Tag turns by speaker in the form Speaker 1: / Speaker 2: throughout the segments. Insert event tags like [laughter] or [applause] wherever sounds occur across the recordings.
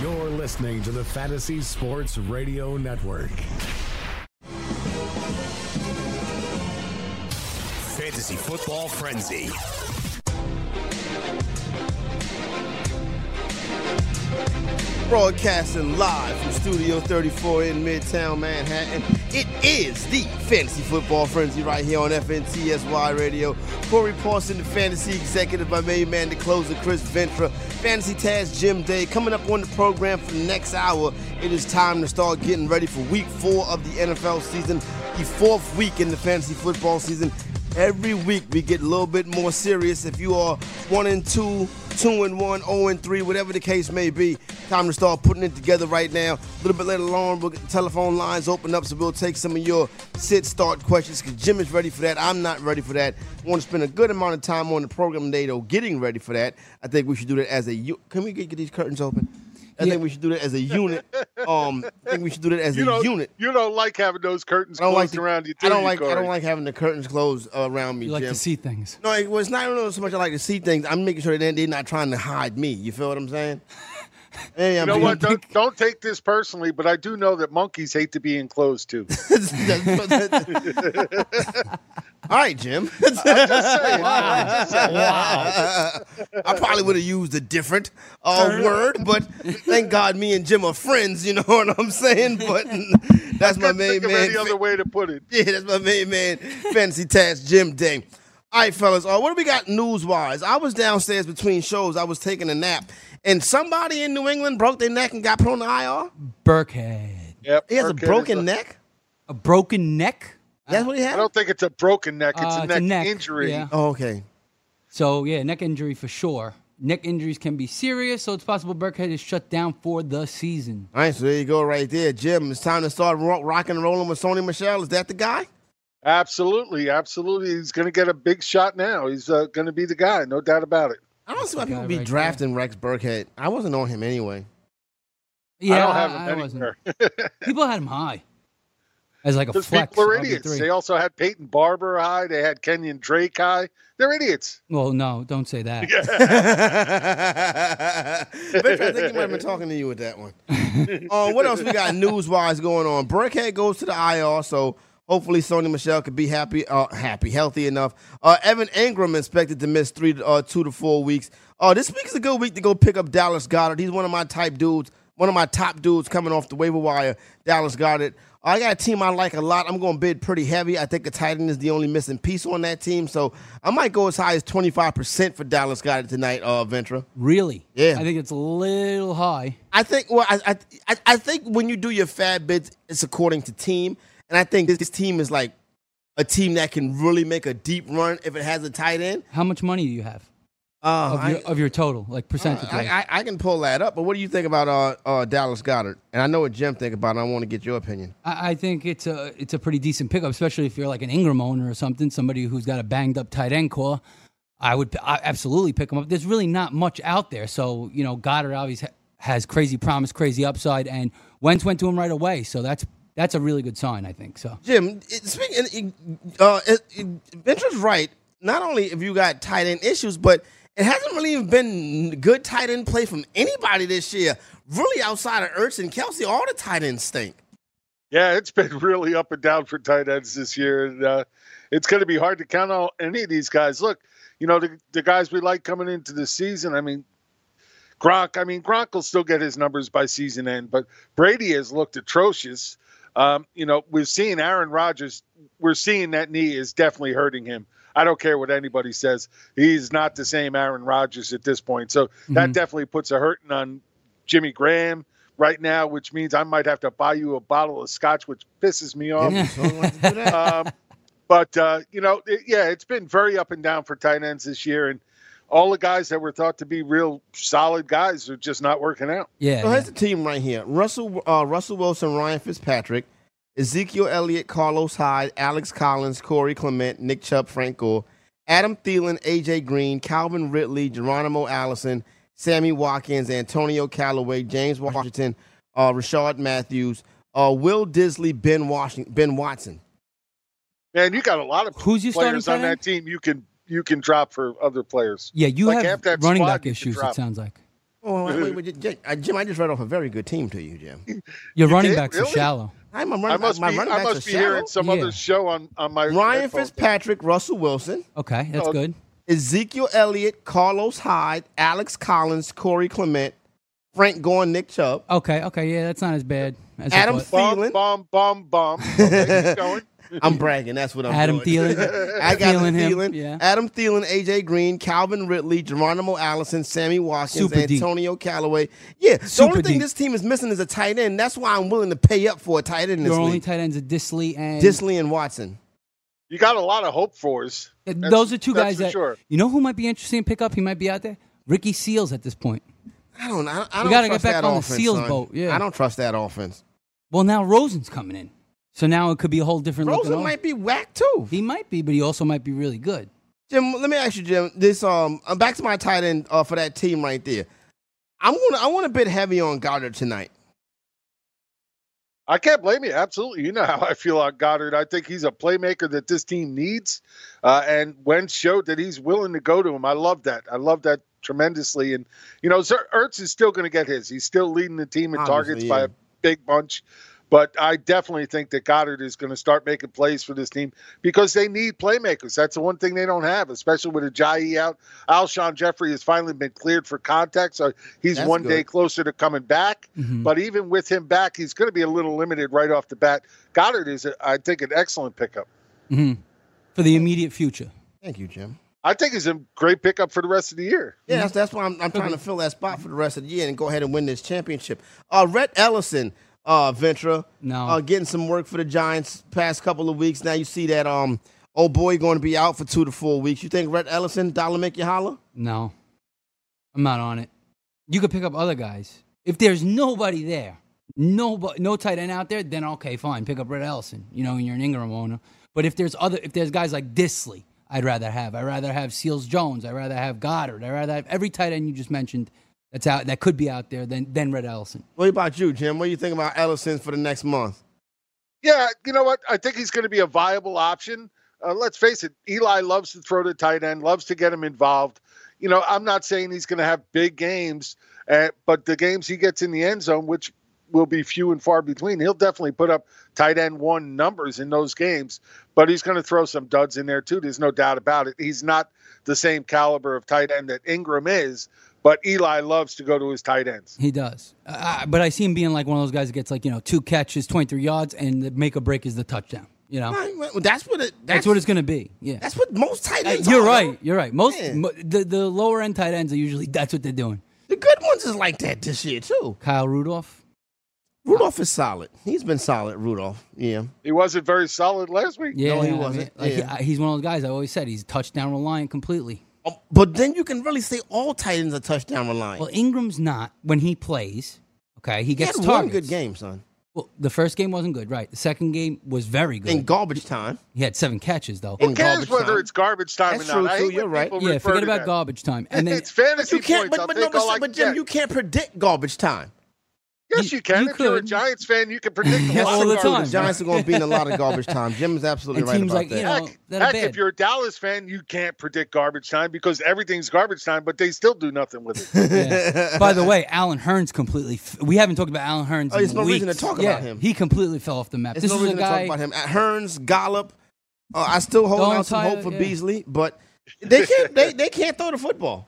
Speaker 1: You're listening to the Fantasy Sports Radio Network.
Speaker 2: Fantasy Football Frenzy.
Speaker 3: Broadcasting live from Studio 34 in Midtown Manhattan. It is the Fantasy Football Frenzy right here on FNTSY Radio. Corey Parson, the fantasy executive, my main man, the closer, Chris Ventra. Fantasy Taz Jim Day coming up on the program for the next hour. It is time to start getting ready for week four of the NFL season, the fourth week in the fantasy football season. Every week we get a little bit more serious. If you are one and two, two and one, zero and three, whatever the case may be, time to start putting it together right now. A little bit later on, we'll get the telephone lines open up, so we'll take some of your sit start questions. Cause Jim is ready for that. I'm not ready for that. Want to spend a good amount of time on the program today, though, getting ready for that. I think we should do that as a. u- Can we get, get these curtains open? I think we should do that as a unit. Um, I think we should do that as
Speaker 4: you
Speaker 3: a
Speaker 4: don't,
Speaker 3: unit.
Speaker 4: You don't like having those curtains
Speaker 3: I don't like
Speaker 4: closed
Speaker 3: the,
Speaker 4: around you. Do
Speaker 3: I don't
Speaker 4: you,
Speaker 3: like. I
Speaker 4: Corey?
Speaker 3: don't like having the curtains closed uh, around me.
Speaker 5: You like
Speaker 3: Jim.
Speaker 5: to see things.
Speaker 3: No, it was not really so much. I like to see things. I'm making sure that they're not trying to hide me. You feel what
Speaker 4: [laughs]
Speaker 3: I'm saying? Hey,
Speaker 4: You
Speaker 3: I'm
Speaker 4: know
Speaker 3: being- [laughs]
Speaker 4: what? Don't, don't take this personally, but I do know that monkeys hate to be enclosed
Speaker 5: [laughs]
Speaker 4: too.
Speaker 3: All
Speaker 4: [laughs]
Speaker 3: right, Jim. [laughs] I probably would have used a different uh, word, but thank God me and Jim are friends. You know [laughs] what I'm saying?
Speaker 4: [laughs]
Speaker 3: But that's my main
Speaker 4: Think of
Speaker 3: man.
Speaker 4: any other way to put it.
Speaker 3: [laughs] Yeah, that's my main man, Fantasy Task Jim Day. All right, fellas, uh, what do we got news wise? I was downstairs between shows. I was taking a nap, and somebody in New England broke their neck and got put on the IR.
Speaker 5: Burkhead.
Speaker 4: Yep.
Speaker 3: He has
Speaker 4: Burkhead
Speaker 3: a
Speaker 4: is
Speaker 3: broken neck.
Speaker 5: A broken neck.
Speaker 3: That's what he
Speaker 4: I
Speaker 3: had.
Speaker 4: don't think it's a broken neck. It's, a,
Speaker 5: Uh, it's
Speaker 4: neck
Speaker 5: a neck,
Speaker 4: injury.
Speaker 5: yeah.
Speaker 3: Oh, okay.
Speaker 5: So yeah, neck injury for sure. Neck injuries can be serious, so it's possible Burkhead is shut down for the season.
Speaker 3: All right, so there you go, right there, Jim. It's time to start rock, rock and rolling with Sony Michelle. Is that the guy?
Speaker 4: Absolutely, absolutely. He's going to get a big shot now. He's uh, going to be the guy, no doubt about it.
Speaker 3: I don't see why
Speaker 5: the
Speaker 3: people
Speaker 5: guy
Speaker 3: be
Speaker 5: right
Speaker 3: drafting Rex Burkhead. I wasn't on him anyway. [laughs]
Speaker 5: Yeah,
Speaker 4: I don't have him
Speaker 5: I wasn't.
Speaker 4: anywhere. [laughs]
Speaker 5: People had him high as like a
Speaker 4: Because
Speaker 5: flex.
Speaker 4: people are
Speaker 5: RB3.
Speaker 4: idiots. They also had Peyton Barber high. They had Kenyon Drake high. They're idiots.
Speaker 5: Well, no, don't say that.
Speaker 3: Victor, I think he might have been talking to you with that one. Uh, what else we got news wise going on? Burkhead goes to the IR, so hopefully Sony Michelle could be happy, uh, happy, healthy enough. Uh, Evan Ingram expected to miss three, to- uh, two to four weeks. Uh, this week is a good week to go pick up Dallas Goddard. He's one of my type dudes, one of my top dudes coming off the waiver wire. Dallas Goddard. I got a team I like a lot. I'm going to bid pretty heavy. I think the Titan is the only missing piece on that team, so I might go as high as 25% for Dallas Goddard tonight, uh, Ventra.
Speaker 5: Really?
Speaker 3: Yeah.
Speaker 5: I think it's a little high.
Speaker 3: I think. Well, I, I I I think when you do your fab bids, it's according to team, and I think this, this team is like a team that can really make a deep run if it has a tight end.
Speaker 5: How much money do you have
Speaker 3: Uh,
Speaker 5: of, your, of your total, like percentage?
Speaker 3: I, I I can pull that up, but what do you think about uh, uh Dallas Goddard? And I know what Jim think about. it. I want to get your opinion.
Speaker 5: I, I think it's a it's a pretty decent pickup, especially if you're like an Ingram owner or something, somebody who's got a banged up tight end core. I would I absolutely pick him up. There's really not much out there, so you know Goddard obviously ha- has crazy promise, crazy upside, and Wentz went to him right away, so that's that's a really good sign, I think. So
Speaker 3: Jim, it, speaking, it, uh, it, it, Venture's right. Not only have you got tight end issues, but it hasn't really even been good tight end play from anybody this year. Really, outside of Ertz and Kelsey, all the tight ends stink.
Speaker 4: Yeah, it's been [laughs] really up and down for tight ends this year, and uh, it's going to be hard to count on any of these guys. Look, you know the, the guys we like coming into the season. I mean, Gronk. I mean, Gronk will still get his numbers by season end, but Brady has looked atrocious. Um, you know, we're seeing Aaron Rodgers. We're seeing that knee is definitely hurting him. I don't care what anybody says. He's not the same Aaron Rodgers at this point. So that definitely puts a hurting on Jimmy Graham right now, which means I might have to buy you a bottle of scotch, which pisses me off.
Speaker 3: So I wanted to do [laughs] that.
Speaker 4: um, but uh, you know, it, yeah, it's been very up and down for tight ends this year, and all the guys that were thought to be real solid guys are just not working out.
Speaker 5: Yeah.
Speaker 3: So
Speaker 5: yeah.
Speaker 3: here's the team right here: Russell, uh, Russell Wilson, Ryan Fitzpatrick, Ezekiel Elliott, Carlos Hyde, Alex Collins, Corey Clement, Nick Chubb, Frank Gore, Adam Thielen, AJ Green, Calvin Ridley, Geronimo Allison, Sammy Watkins, Antonio Callaway, James Washington, uh, Rashad Matthews, uh, Will Disley, Ben Washington, Ben Watson.
Speaker 4: Man, you got a lot of
Speaker 5: Who's your starting
Speaker 4: players on
Speaker 5: tight end?
Speaker 4: that team you can you can drop for other players.
Speaker 5: Yeah, you
Speaker 4: Like,
Speaker 5: have
Speaker 4: half that
Speaker 5: running
Speaker 4: squad
Speaker 5: back
Speaker 4: you could
Speaker 5: issues. It
Speaker 4: drop.
Speaker 5: sounds like
Speaker 3: Oh, wait, wait, wait, Jim, uh, Jim, I just read off a very good team to you, [laughs] Jim.
Speaker 5: your running
Speaker 4: did?
Speaker 5: backs are
Speaker 4: Really?
Speaker 5: shallow.
Speaker 3: I'm a
Speaker 4: I
Speaker 3: run,
Speaker 4: must
Speaker 3: my
Speaker 4: be
Speaker 3: running
Speaker 4: I
Speaker 3: backs
Speaker 4: must
Speaker 3: are
Speaker 4: be hearing
Speaker 3: shallow.
Speaker 4: some
Speaker 5: Yeah.
Speaker 4: other show on on my
Speaker 3: Ryan
Speaker 4: headphones.
Speaker 3: Fitzpatrick, Russell Wilson.
Speaker 5: Okay, that's
Speaker 4: Oh,
Speaker 5: good.
Speaker 3: Ezekiel Elliott, Carlos Hyde, Alex Collins, Corey Clement, Frank Gore, Nick Chubb,
Speaker 5: Okay, okay, yeah, that's not as bad. As I
Speaker 3: Adam
Speaker 5: thought.
Speaker 4: Bum
Speaker 3: Thielen.
Speaker 4: bum bum
Speaker 5: [laughs]
Speaker 4: bum. Okay, keep going.
Speaker 3: I'm bragging. That's what I'm
Speaker 4: [laughs]
Speaker 5: Adam
Speaker 3: doing.
Speaker 5: Thielen.
Speaker 3: [laughs] I got Thielen.
Speaker 5: Thielen him,
Speaker 3: Thielen
Speaker 5: yeah.
Speaker 3: Adam Thielen, AJ Green, Calvin Ridley, Geronimo Allison, Sammy Watkins,
Speaker 5: Super deep.
Speaker 3: Antonio Callaway. Yeah, the
Speaker 5: Super
Speaker 3: only thing
Speaker 5: deep.
Speaker 3: this team is missing is a tight end. That's why I'm willing to pay up for a tight end in this
Speaker 5: Your only
Speaker 3: league.
Speaker 5: tight ends are Disley and
Speaker 3: Disley and Watson.
Speaker 4: You got a lot of hope fours.
Speaker 5: Th-
Speaker 4: That's-
Speaker 5: Those are two
Speaker 4: that's
Speaker 5: guys
Speaker 4: for
Speaker 5: that
Speaker 4: sure.
Speaker 5: you know who might be interesting to pick up. He might be out there. Ricky Seals at this point.
Speaker 3: I don't. I, I don't
Speaker 5: We gotta get
Speaker 3: trust
Speaker 5: back
Speaker 3: that
Speaker 5: on the
Speaker 3: offense,
Speaker 5: Seals
Speaker 3: son.
Speaker 5: boat, yeah.
Speaker 3: I don't trust that offense.
Speaker 5: Well, now Rosen's coming in, so now it could be a whole different. looking
Speaker 3: Rosen
Speaker 5: off-
Speaker 3: might be whack too.
Speaker 5: He might be, but he also might be really good.
Speaker 3: Jim, let me ask you, Jim. This um, I'm back to my tight end uh, for that team right there. I'm gonna I want to bet heavy on Goddard tonight.
Speaker 4: I can't blame you. Absolutely. You know how I feel on Goddard. I think he's a playmaker that this team needs. Uh, and Wentz showed that he's willing to go to him. I love that. I love that tremendously. And, you know, Zer- Ertz is still going to get his. He's still leading the team in targets
Speaker 3: Obviously,
Speaker 4: by
Speaker 3: yeah.
Speaker 4: a big bunch. But I definitely think that Goddard is going to start making plays for this team because they need playmakers. That's the one thing they don't have, especially with Ajayi out. Alshon Jeffrey has finally been cleared for contact, so he's
Speaker 3: That's
Speaker 4: one
Speaker 3: good. Mm-hmm.
Speaker 4: day closer to coming back. But even with him back, he's going to be a little limited right off the bat. Goddard is, a, I think, an excellent pickup.
Speaker 5: for the immediate future.
Speaker 3: Thank you, Jim.
Speaker 4: I think he's a great pickup for the rest of the year.
Speaker 3: Yeah,
Speaker 5: Mm-hmm.
Speaker 3: that's, that's why I'm, I'm trying to fill that spot for the rest of the year and go ahead and win this championship. Uh, Rhett Ellison, uh, Ventra,
Speaker 5: No.
Speaker 3: uh, getting some work for the Giants past couple of weeks. Now you see that um, old boy going to be out for two to four weeks. You think Rhett Ellison dollar make you holler?
Speaker 5: No, I'm not on it. You could pick up other guys. If there's nobody there, nobody, no tight end out there, then okay, fine, pick up Red Ellison. You know, and you're an Ingram owner. But if there's other, if there's guys like Disley, I'd rather have. I'd rather have Seals Jones. I'd rather have Goddard. I'd rather have every tight end you just mentioned that's out that could be out there than than Red Ellison.
Speaker 3: What about you, Jim? What do you think about Ellison for the next month?
Speaker 4: Yeah, you know what? I think he's going to be a viable option. Uh, let's face it, Eli loves to throw to tight end, loves to get him involved. You know, I'm not saying he's going to have big games, uh, but the games he gets in the end zone, which will be few and far between, he'll definitely put up tight end one numbers in those games. But he's going to throw some duds in there too. There's no doubt about it. He's not the same caliber of tight end that Ingram is, but Eli loves to go to his tight ends.
Speaker 5: He does, uh, but I see him being like one of those guys that gets like you know two catches, 23 yards, and the make or break is the touchdown. You know, that's,
Speaker 3: Right, well, that's what it. That's,
Speaker 5: what it's going to be. Yeah,
Speaker 3: That's what most tight
Speaker 5: Uh,
Speaker 3: ends.
Speaker 5: You're
Speaker 3: are,
Speaker 5: right.
Speaker 3: though.
Speaker 5: You're right. Most
Speaker 3: Yeah.
Speaker 5: mo- the, the lower end tight ends are usually that's what they're doing.
Speaker 3: The good ones is like that this year too.
Speaker 5: Kyle Rudolph.
Speaker 3: Rudolph is solid. He's been solid, Rudolph. Yeah.
Speaker 4: He wasn't very solid last week.
Speaker 5: Yeah,
Speaker 3: No, he
Speaker 5: I mean,
Speaker 3: wasn't.
Speaker 5: like, he-
Speaker 3: Yeah.
Speaker 5: I- he's one of those guys. I always said he's touchdown reliant completely.
Speaker 3: Um, But then you can really say all tight ends are touchdown reliant.
Speaker 5: Well, Ingram's not when he plays. Okay, he
Speaker 3: he
Speaker 5: gets
Speaker 3: had one
Speaker 5: targets.
Speaker 3: good game, son.
Speaker 5: Well, the first game wasn't good, right? The second game was very good.
Speaker 3: In garbage time.
Speaker 5: he had seven catches though.
Speaker 3: In
Speaker 4: Who cares
Speaker 3: garbage
Speaker 4: whether
Speaker 3: time.
Speaker 4: it's garbage time
Speaker 3: That's
Speaker 4: or not?
Speaker 3: true,
Speaker 4: I
Speaker 3: too.
Speaker 4: hate when
Speaker 3: You're right.
Speaker 4: people
Speaker 5: yeah,
Speaker 4: refer
Speaker 5: forget
Speaker 4: to
Speaker 5: about
Speaker 4: that.
Speaker 5: garbage time.
Speaker 3: [laughs]
Speaker 5: And then
Speaker 4: it's fantasy
Speaker 3: You can't,
Speaker 4: points.
Speaker 3: but,
Speaker 4: I'll
Speaker 3: but, no,
Speaker 4: take
Speaker 3: but,
Speaker 4: all I
Speaker 3: but
Speaker 4: can
Speaker 3: Jim,
Speaker 4: get.
Speaker 3: you can't predict garbage time.
Speaker 4: yes,
Speaker 5: you-
Speaker 4: you can.
Speaker 5: you
Speaker 4: if you're a
Speaker 5: could.
Speaker 4: Giants fan, you can predict a
Speaker 5: Yes,
Speaker 4: lot
Speaker 5: all
Speaker 4: of
Speaker 5: the
Speaker 4: garbage.
Speaker 5: time.
Speaker 3: The Giants are going to be in a lot of garbage time. Jim is absolutely
Speaker 5: And
Speaker 3: right
Speaker 5: teams
Speaker 3: about
Speaker 5: like,
Speaker 3: that.
Speaker 5: you know-
Speaker 4: Heck,
Speaker 5: that are
Speaker 4: heck,
Speaker 5: bad.
Speaker 4: if you're a Dallas fan, you can't predict garbage time because everything's garbage time, but they still do nothing
Speaker 3: [laughs]
Speaker 4: with it.
Speaker 5: Yeah. By the way, Alan Hearns completely. F- we haven't talked about Alan Hearns.
Speaker 3: Oh, there's
Speaker 5: in
Speaker 3: no reason to
Speaker 5: weeks.
Speaker 3: talk about
Speaker 5: yeah,
Speaker 3: him.
Speaker 5: He completely fell off the map.
Speaker 3: There's
Speaker 5: this
Speaker 3: no
Speaker 5: is
Speaker 3: reason
Speaker 5: a
Speaker 3: to talk
Speaker 5: guy.
Speaker 3: about him. At Hearns, Gollop. Uh, I still hold
Speaker 5: Don't
Speaker 3: out some
Speaker 5: tie-
Speaker 3: hope for
Speaker 5: yeah.
Speaker 3: Beasley, but they can't. They, they can't throw the football.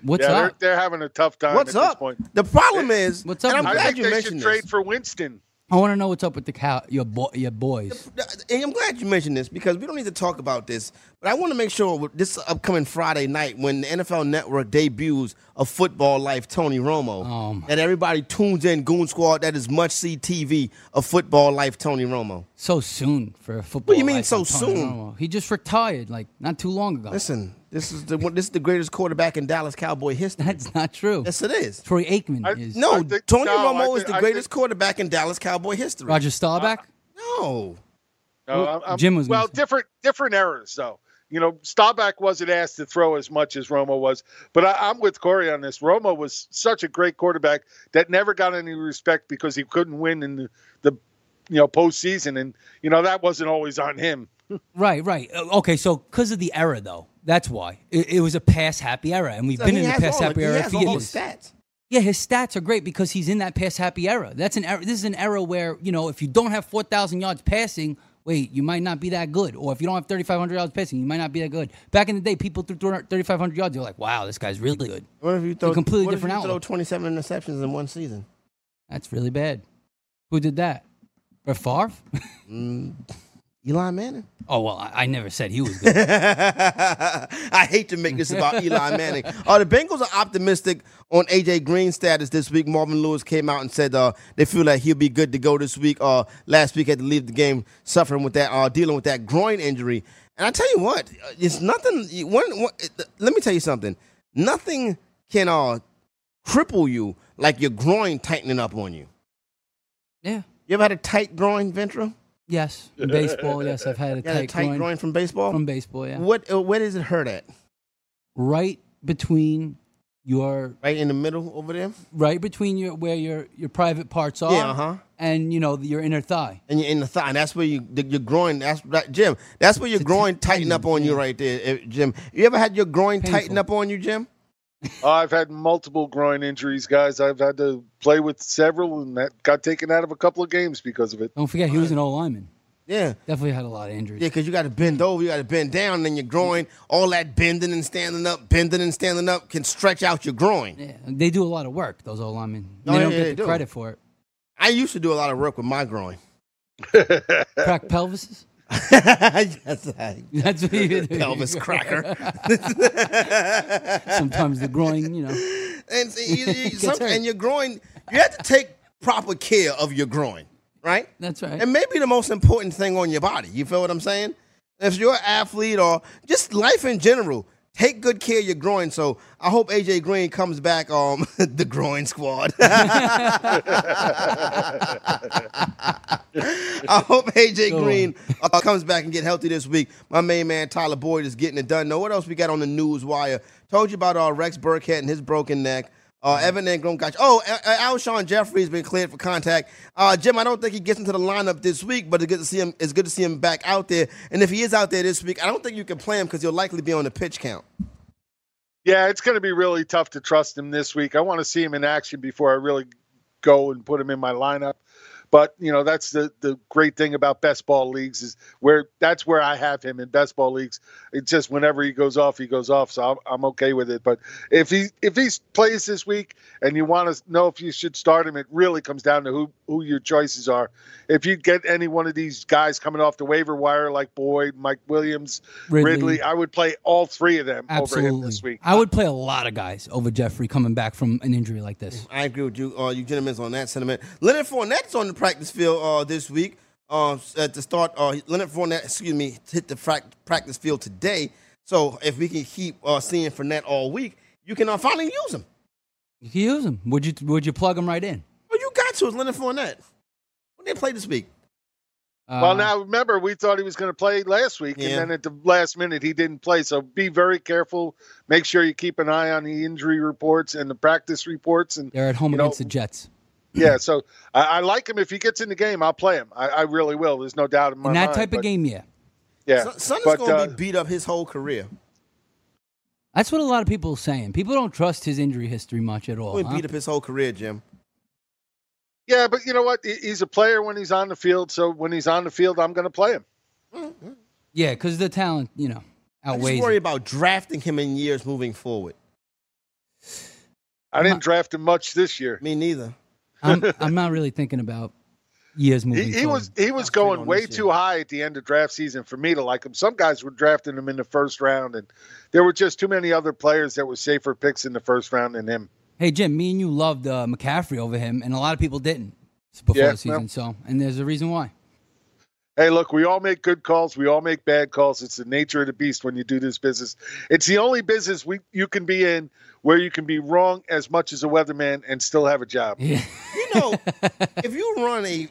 Speaker 5: What's
Speaker 4: yeah, they're,
Speaker 5: up?
Speaker 4: they're having a tough time
Speaker 3: What's
Speaker 4: at this
Speaker 3: up?
Speaker 4: point.
Speaker 3: The problem is,
Speaker 5: What's up
Speaker 3: and I'm
Speaker 5: with
Speaker 4: I
Speaker 5: that?
Speaker 3: glad
Speaker 4: think
Speaker 3: you
Speaker 4: they should
Speaker 3: mentioned
Speaker 4: trade
Speaker 3: this.
Speaker 4: for Winston.
Speaker 5: I want to know what's up with the cow, your boy, your boys.
Speaker 3: Uh, And I'm glad you mentioned this because we don't need to talk about this, But I want to make sure with this upcoming Friday night when the NFL Network debuts a football life Tony Romo
Speaker 5: Oh,
Speaker 3: that everybody tunes in Goon Squad that is much CTV a football life Tony Romo.
Speaker 5: So soon for a football.
Speaker 3: What do you mean
Speaker 5: life
Speaker 3: so
Speaker 5: of Tony
Speaker 3: soon?
Speaker 5: Romo. He just retired like not too long ago.
Speaker 3: Listen, this is the one- this is the greatest quarterback in Dallas Cowboy history.
Speaker 5: [laughs] That's not true.
Speaker 3: yes, it is.
Speaker 5: Troy Aikman is
Speaker 3: No,
Speaker 4: I think-
Speaker 3: Tony
Speaker 4: no, I
Speaker 3: Romo is
Speaker 4: think-
Speaker 3: the
Speaker 4: I
Speaker 3: greatest quarterback in Dallas Cowboy history.
Speaker 5: Roger Staubach.
Speaker 3: Uh, No.
Speaker 4: No,
Speaker 5: Well,
Speaker 4: Uh, I'm- I'm-
Speaker 5: Jim was gonna
Speaker 4: well
Speaker 5: say.
Speaker 4: different different eras though. You know, Staubach wasn't asked to throw as much as Romo was, but I, I'm with Corey on this. Romo was such a great quarterback that never got any respect because he couldn't win in the, the you know postseason, and you know that wasn't always on him.
Speaker 5: Right, right. Uh, Okay, so because of the era though, that's why it, it was a pass happy era, and we've
Speaker 3: So
Speaker 5: been
Speaker 3: he
Speaker 5: in the
Speaker 3: has
Speaker 5: pass
Speaker 3: all-
Speaker 5: happy
Speaker 3: he
Speaker 5: era
Speaker 3: has
Speaker 5: for
Speaker 3: all the
Speaker 5: years.
Speaker 3: stats.
Speaker 5: Yeah, his stats are great because he's in that pass happy era. That's an era. This is an era where you know if you don't have four thousand yards passing, wait, you might not be that good. Or if you don't have thirty five hundred yards passing, you might not be that good. Back in the day, people threw thirty five hundred yards. You're like, wow, this guy's really good.
Speaker 3: What if you
Speaker 5: throw-
Speaker 3: throw
Speaker 5: completely what if different you throw
Speaker 3: throw
Speaker 5: outlook.
Speaker 3: 27 interceptions in one season?
Speaker 5: That's really bad. Who did that? Brett Favre? [laughs]
Speaker 3: Eli Manning.
Speaker 5: oh well, I, I never said he was
Speaker 3: [laughs]
Speaker 5: good.
Speaker 3: I hate to make this about Eli Manning. Uh, the Bengals are optimistic on AJ Green's status this week. Marvin Lewis came out and said uh, they feel like he'll be good to go this week. Uh, last week had to leave the game suffering with that, uh, dealing with that groin injury. And I tell you what, uh, it's nothing. you- One, one, it- let me tell you something. Nothing can uh, cripple you like your groin tightening up on you.
Speaker 5: [laughs] yeah.
Speaker 3: You ever had a tight groin, Ventra?
Speaker 5: Yes. In baseball. Yes, I've had a
Speaker 3: You had
Speaker 5: tight,
Speaker 3: a tight groin,
Speaker 5: groin
Speaker 3: from baseball.
Speaker 5: from baseball. Yeah.
Speaker 3: What? Uh, where does it hurt at?
Speaker 5: Right between your
Speaker 3: Right in the middle over there,
Speaker 5: right between your where your your private parts are.
Speaker 3: Yeah, uh-huh.
Speaker 5: And you know your inner thigh.
Speaker 3: and you're in the thigh. And that's where you the, your groin. That's that, Jim. That's where your groin tighten up on you right there, eh, Jim. You ever had your groin tighten
Speaker 5: Painful.
Speaker 3: up on you, Jim?
Speaker 4: Uh, I've had multiple groin injuries, guys. I've had to play with several, and that got taken out of a couple of games because of it.
Speaker 5: Don't forget he was an old lineman.
Speaker 3: Yeah.
Speaker 5: Definitely had a lot of injuries.
Speaker 3: Yeah, because you got to bend over, you got to bend down, and then your groin, all that bending and standing up, bending and standing up can stretch out your groin.
Speaker 5: Yeah, They do a lot of work. Those old linemen.
Speaker 3: Oh,
Speaker 5: they
Speaker 3: yeah,
Speaker 5: don't
Speaker 3: yeah,
Speaker 5: get
Speaker 3: they
Speaker 5: the
Speaker 3: do.
Speaker 5: credit for it.
Speaker 3: I used to do a lot of work with my groin.
Speaker 5: Crack pelvises.
Speaker 3: [laughs]
Speaker 5: [laughs]
Speaker 3: yes, I,
Speaker 5: That's what you do.
Speaker 3: [laughs] pelvis cracker.
Speaker 5: Sometimes the groin. You know.
Speaker 3: and so you-
Speaker 5: [laughs]
Speaker 3: you-
Speaker 5: Gets
Speaker 3: some-
Speaker 5: hurt.
Speaker 3: and your groin, you have to take proper care of your groin, right?
Speaker 5: That's right.
Speaker 3: And maybe the most important thing on your body. You feel what I'm saying? If you're an athlete or just life in general, take good care of your groin. So I hope AJ Green comes back um [laughs] the groin squad. [laughs] I hope AJ
Speaker 5: Go
Speaker 3: Green uh, comes back and get healthy this week. My main man Tyler Boyd is getting it done. Now, what else we got on the news wire? Told you about uh, Rex Burkhead and his broken neck. Uh, Evan Ingram got oh, uh, uh, Alshon Jeffrey's been cleared for contact. Uh, Jim, I don't think he gets into the lineup this week, but it's good to see him. It's good to see him back out there. And if he is out there this week, I don't think you can play him because he'll likely be on the pitch count.
Speaker 4: Yeah, it's going to be really tough to trust him this week. I want to see him in action before I really go and put him in my lineup. But you know, that's the the great thing about best ball leagues is where that's where I have him in best ball leagues. It's just whenever he goes off, he goes off. So I'm, I'm okay with it. But if he if he plays this week and you want to know if you should start him, it really comes down to who who your choices are. If you get any one of these guys coming off the waiver wire like Boyd, Mike Williams,
Speaker 5: Ridley.
Speaker 4: Ridley, I would play all three of them over him
Speaker 5: Absolutely.
Speaker 4: this week.
Speaker 5: I would play a lot of guys over Jeffrey coming back from an injury like this.
Speaker 3: I agree with you, uh, you gentlemen, on that sentiment. Leonard Fournette's on the practice field uh, this week. Uh, at the start, uh, Leonard Fournette, excuse me, hit the frac- practice field today. So if we can keep uh, seeing Fournette all week, you can uh, finally use him.
Speaker 5: You could use him. Would you? Would you plug him right in?
Speaker 3: Oh, you got to. It's Leonard Fournette. When they play this week,
Speaker 5: Uh,
Speaker 4: Well, now remember, we thought he was going to play last week,
Speaker 3: Yeah.
Speaker 4: and then at the last minute, he didn't play. So be very careful. Make sure you keep an eye on the injury reports and the practice reports. And
Speaker 5: they're at home
Speaker 4: you know,
Speaker 5: against the Jets.
Speaker 4: yeah, so I, I like him. If he gets in the game, I'll play him. I, I really will. There's no doubt in my
Speaker 5: In that
Speaker 4: mind,
Speaker 5: type
Speaker 4: but-
Speaker 5: of game, yeah.
Speaker 4: Yeah,
Speaker 3: Son, Son is
Speaker 4: but,
Speaker 3: going to
Speaker 4: uh,
Speaker 3: be beat up his whole career.
Speaker 5: That's what a lot of people are saying. People don't trust his injury history much at all.
Speaker 3: He's going
Speaker 5: huh?
Speaker 3: to beat up his whole career, Jim.
Speaker 4: yeah, but you know what? He- He's a player when he's on the field. So when he's on the field, I'm going to play him.
Speaker 5: Yeah, because the talent, you know,
Speaker 3: I just
Speaker 5: outweighs.
Speaker 3: worry
Speaker 5: it.
Speaker 3: about drafting him in years moving forward.
Speaker 4: I didn't draft him much this year.
Speaker 3: Me neither.
Speaker 4: [laughs]
Speaker 5: I'm, I'm not really thinking about years moving.
Speaker 4: He, he
Speaker 5: forward.
Speaker 4: was he was
Speaker 5: I'll see
Speaker 4: going
Speaker 5: on
Speaker 4: way
Speaker 5: this year.
Speaker 4: too high at the end of draft season for me to like him. Some guys were drafting him in the first round, and there were just too many other players that were safer picks in the first round than him.
Speaker 5: Hey Jim, me and you loved uh, McCaffrey over him, and a lot of people didn't before
Speaker 4: Yeah,
Speaker 5: the season.
Speaker 4: well.
Speaker 5: So, and there's a reason why.
Speaker 4: Hey, look, we all make good calls. We all make bad calls. It's the nature of the beast when you do this business. It's the only business we you can be in where you can be wrong as much as a weatherman and still have a job.
Speaker 3: You know, if you run a,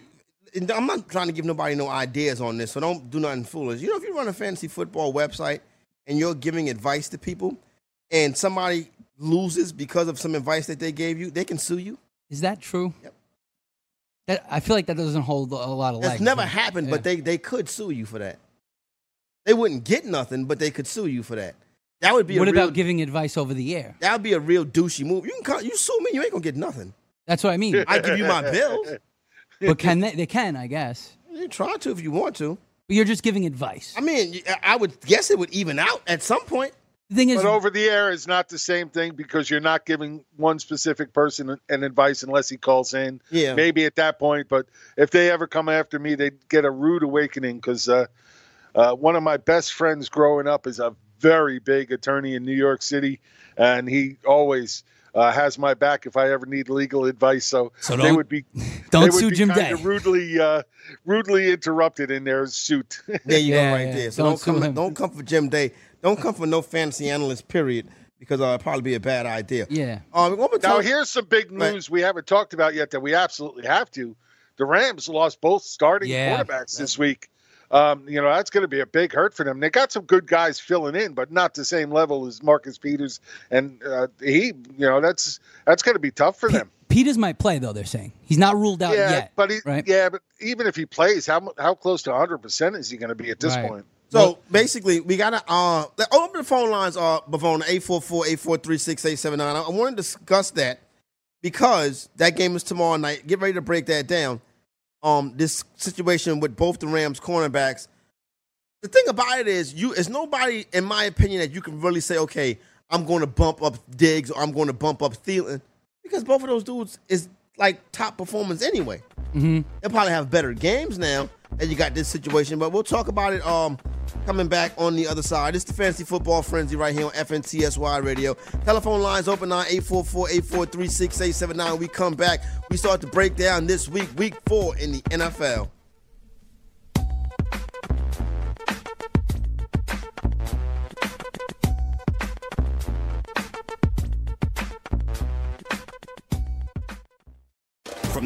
Speaker 3: and I'm not trying to give nobody no ideas on this, so don't do nothing foolish. You know, if you run a fantasy football website and you're giving advice to people, and somebody loses because of some advice that they gave you, they can sue you.
Speaker 5: Is that true?
Speaker 3: Yep.
Speaker 5: That I feel like that doesn't hold a lot of
Speaker 3: That's
Speaker 5: legs.
Speaker 3: never
Speaker 5: Yeah.
Speaker 3: happened,
Speaker 5: Yeah.
Speaker 3: but they they could sue you for that. They wouldn't get nothing, but they could sue you for that. That would be
Speaker 5: What
Speaker 3: a real,
Speaker 5: about giving advice over the air?
Speaker 3: that would be a real douchey move. You can call, you sue me, you ain't gonna get nothing.
Speaker 5: That's what I mean.
Speaker 3: [laughs] I give you
Speaker 5: [laughs]
Speaker 3: my bill.
Speaker 5: but can they? They can, I guess.
Speaker 3: You try to if you want to.
Speaker 5: But you're just giving advice.
Speaker 3: I mean, you- I would guess it would even out at some point.
Speaker 5: The thing is,
Speaker 4: But over the air is not the same thing because you're not giving one specific person an advice unless he calls in.
Speaker 3: Yeah.
Speaker 4: Maybe at that point, but if they ever come after me, they get a rude awakening because uh, uh, one of my best friends growing up is a very big attorney in New York City, and he always uh, has my back if I ever need legal advice. So,
Speaker 5: So
Speaker 4: they
Speaker 5: don't-
Speaker 4: would be they
Speaker 5: don't
Speaker 4: would
Speaker 5: sue
Speaker 4: be
Speaker 5: Jim Day.
Speaker 4: kinda Rudely, uh, rudely interrupted in their suit. [laughs]
Speaker 3: [laughs] There you
Speaker 5: Yeah,
Speaker 3: go, right
Speaker 5: yeah.
Speaker 3: there. So
Speaker 5: Don't
Speaker 3: don't,
Speaker 5: sue
Speaker 3: come.
Speaker 5: him.
Speaker 3: Don't come for Jim Day. Don't come for no fantasy analyst. Period. Because uh, it'd probably be a bad idea.
Speaker 5: Yeah.
Speaker 3: Um, what we're
Speaker 4: Now,
Speaker 3: talking,
Speaker 4: here's some big
Speaker 3: Right.
Speaker 4: news we haven't talked about yet that we absolutely have to. The Rams lost both starting
Speaker 5: Yeah.
Speaker 4: quarterbacks this week. Um, you know, that's going to be a big hurt for them. They got some good guys filling in, but not the same level as Marcus Peters. And uh, he, you know, that's that's going to be tough for them.
Speaker 5: Peters might play though. They're saying he's not ruled out
Speaker 4: yeah,
Speaker 5: yet.
Speaker 4: but he,
Speaker 5: right?
Speaker 4: yeah, but even if he plays, how mu- how close to 100 percent is he going to be at this
Speaker 5: Right.
Speaker 4: point?
Speaker 3: so basically, we gotta uh, let- open the phone lines. Uh, Bavona 844-843-6879. I, I want to discuss that because that game is tomorrow night. Get ready to break that down. Um, this situation with both the Rams cornerbacks. The thing about it is, you it's nobody, in my opinion, that you can really say, okay, I'm going to bump up Diggs or I'm going to bump up Thielen, because both of those dudes is like top performance anyway. They'll probably have better games now that you got this situation, but we'll talk about it. Um, coming back on the other side. It's the Fantasy Football Frenzy right here on FNTSY Radio. Telephone lines open now 844-843-6879. We come back. We start to break down this week, week four in the NFL.
Speaker 2: From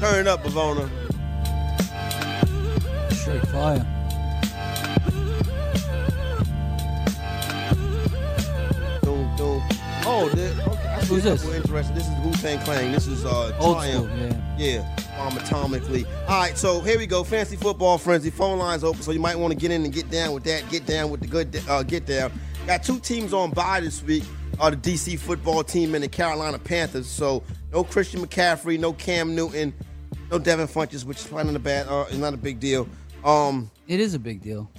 Speaker 3: Turn it up, Bavona.
Speaker 5: Straight fire.
Speaker 3: Doom, doom. Oh, the, okay. I see
Speaker 5: Who's
Speaker 3: a
Speaker 5: this?
Speaker 3: couple Interesting. This is Wu Tang Clan. This is uh,
Speaker 5: Old
Speaker 3: Triumph.
Speaker 5: school, yeah.
Speaker 3: Yeah, um, atomically. All right, so here we go. Fancy football frenzy. Phone lines open, so you might want to get in and get down with that. Get down with the good. Uh, get down. Got two teams on bye this week. Uh, the DC football team and the Carolina Panthers. So no Christian McCaffrey, no Cam Newton, no Devin Funches, which is probably not a bad. Uh, is not a big deal. Um,
Speaker 5: It is a big deal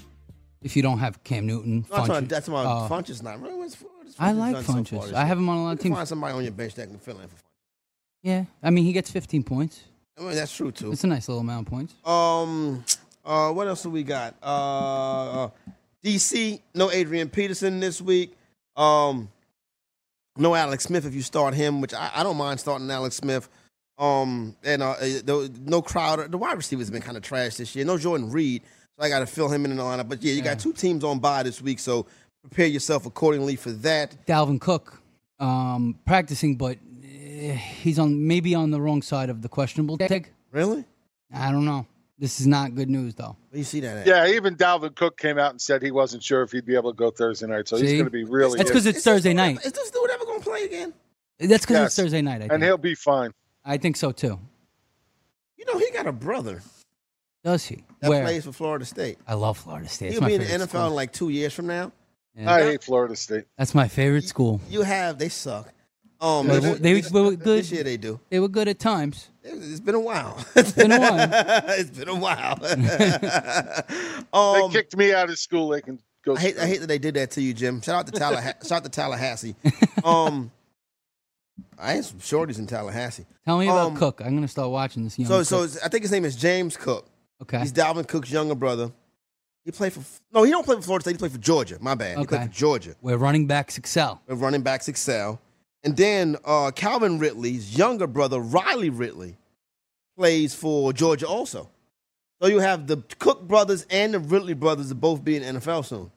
Speaker 5: if you don't have Cam Newton.
Speaker 3: I'm not trying to-
Speaker 5: Funches.
Speaker 3: that's my
Speaker 5: Uh,
Speaker 3: Funches not really. What's, what's
Speaker 5: I
Speaker 3: Funches
Speaker 5: like
Speaker 3: done so far
Speaker 5: Funches.
Speaker 3: this
Speaker 5: I
Speaker 3: year?
Speaker 5: have him on a lot of
Speaker 3: You can
Speaker 5: teams.
Speaker 3: Find somebody on your bench that can fill in for. Funches.
Speaker 5: Yeah, I mean he gets 15 points.
Speaker 3: I mean, that's true too.
Speaker 5: It's a nice little amount of points.
Speaker 3: Um, uh, what else do we got? Uh, DC, no Adrian Peterson this week. Um, no Alex Smith if you start him, which I, I don't mind starting Alex Smith. Um, and uh, uh, no- no Crowder. The wide receiver's been kind of trash this year. No Jordan Reed, so I got to fill him in in the lineup. But yeah, you got two teams on bye this week, so prepare yourself accordingly for that.
Speaker 5: Dalvin Cook um, practicing, but eh, he's on maybe on the wrong side of the questionable tag.
Speaker 3: Really?
Speaker 5: I don't know. This is not good news though.
Speaker 3: Where you see that? At?
Speaker 4: Yeah, even Dalvin Cook came out and said he wasn't sure if he'd be able to go Thursday night, so he's
Speaker 5: See?
Speaker 4: going to be really
Speaker 3: Oh,
Speaker 5: That's
Speaker 4: good.
Speaker 5: because it's
Speaker 3: Is this
Speaker 5: Thursday
Speaker 3: dude
Speaker 5: night.
Speaker 3: ever- Is this dude ever gonna play again?
Speaker 5: That's because
Speaker 4: Yes.
Speaker 5: it's Thursday night. I
Speaker 4: and
Speaker 5: think.
Speaker 4: he'll be fine.
Speaker 5: I think so too.
Speaker 3: You know, he got a brother
Speaker 5: Does he?
Speaker 3: that
Speaker 5: Where?
Speaker 3: plays for Florida State.
Speaker 5: I love Florida State. It's
Speaker 3: He'll
Speaker 5: my
Speaker 3: be in the
Speaker 5: favorite
Speaker 3: NFL
Speaker 5: school.
Speaker 3: in like two years from now.
Speaker 5: Yeah.
Speaker 4: I hate Florida State.
Speaker 5: That's my favorite school.
Speaker 3: You have they suck. Um,
Speaker 5: They-
Speaker 3: this-
Speaker 5: they-
Speaker 3: this-
Speaker 5: they were
Speaker 3: This
Speaker 5: good.
Speaker 3: year they do.
Speaker 5: They were good at times.
Speaker 3: It's been a while.
Speaker 5: been a while.
Speaker 3: [laughs] it's been a
Speaker 5: [laughs]
Speaker 3: while.
Speaker 4: They
Speaker 3: um,
Speaker 4: kicked me out of school. They can go.
Speaker 3: I hate, I hate that they did that to you, Jim. Shout out to Tallahassee.
Speaker 5: [laughs]
Speaker 3: Shout out to Tallahassee. Um, I had some shorties in Tallahassee.
Speaker 5: Tell me about
Speaker 3: Um,
Speaker 5: Cook. I'm gonna start watching this young.
Speaker 3: so,
Speaker 5: Cook.
Speaker 3: so it's- I think his name is James Cook.
Speaker 5: okay.
Speaker 3: He's Dalvin Cook's younger brother. He played for no, he don't play for Florida State. He played for Georgia. My bad. He
Speaker 5: Okay.
Speaker 3: played for Georgia.
Speaker 5: Where running backs excel.
Speaker 3: The running backs excel. And then uh, Calvin Ridley's younger brother Riley Ridley plays for Georgia also. So you have the Cook brothers and the Ridley brothers to both be in the NFL soon.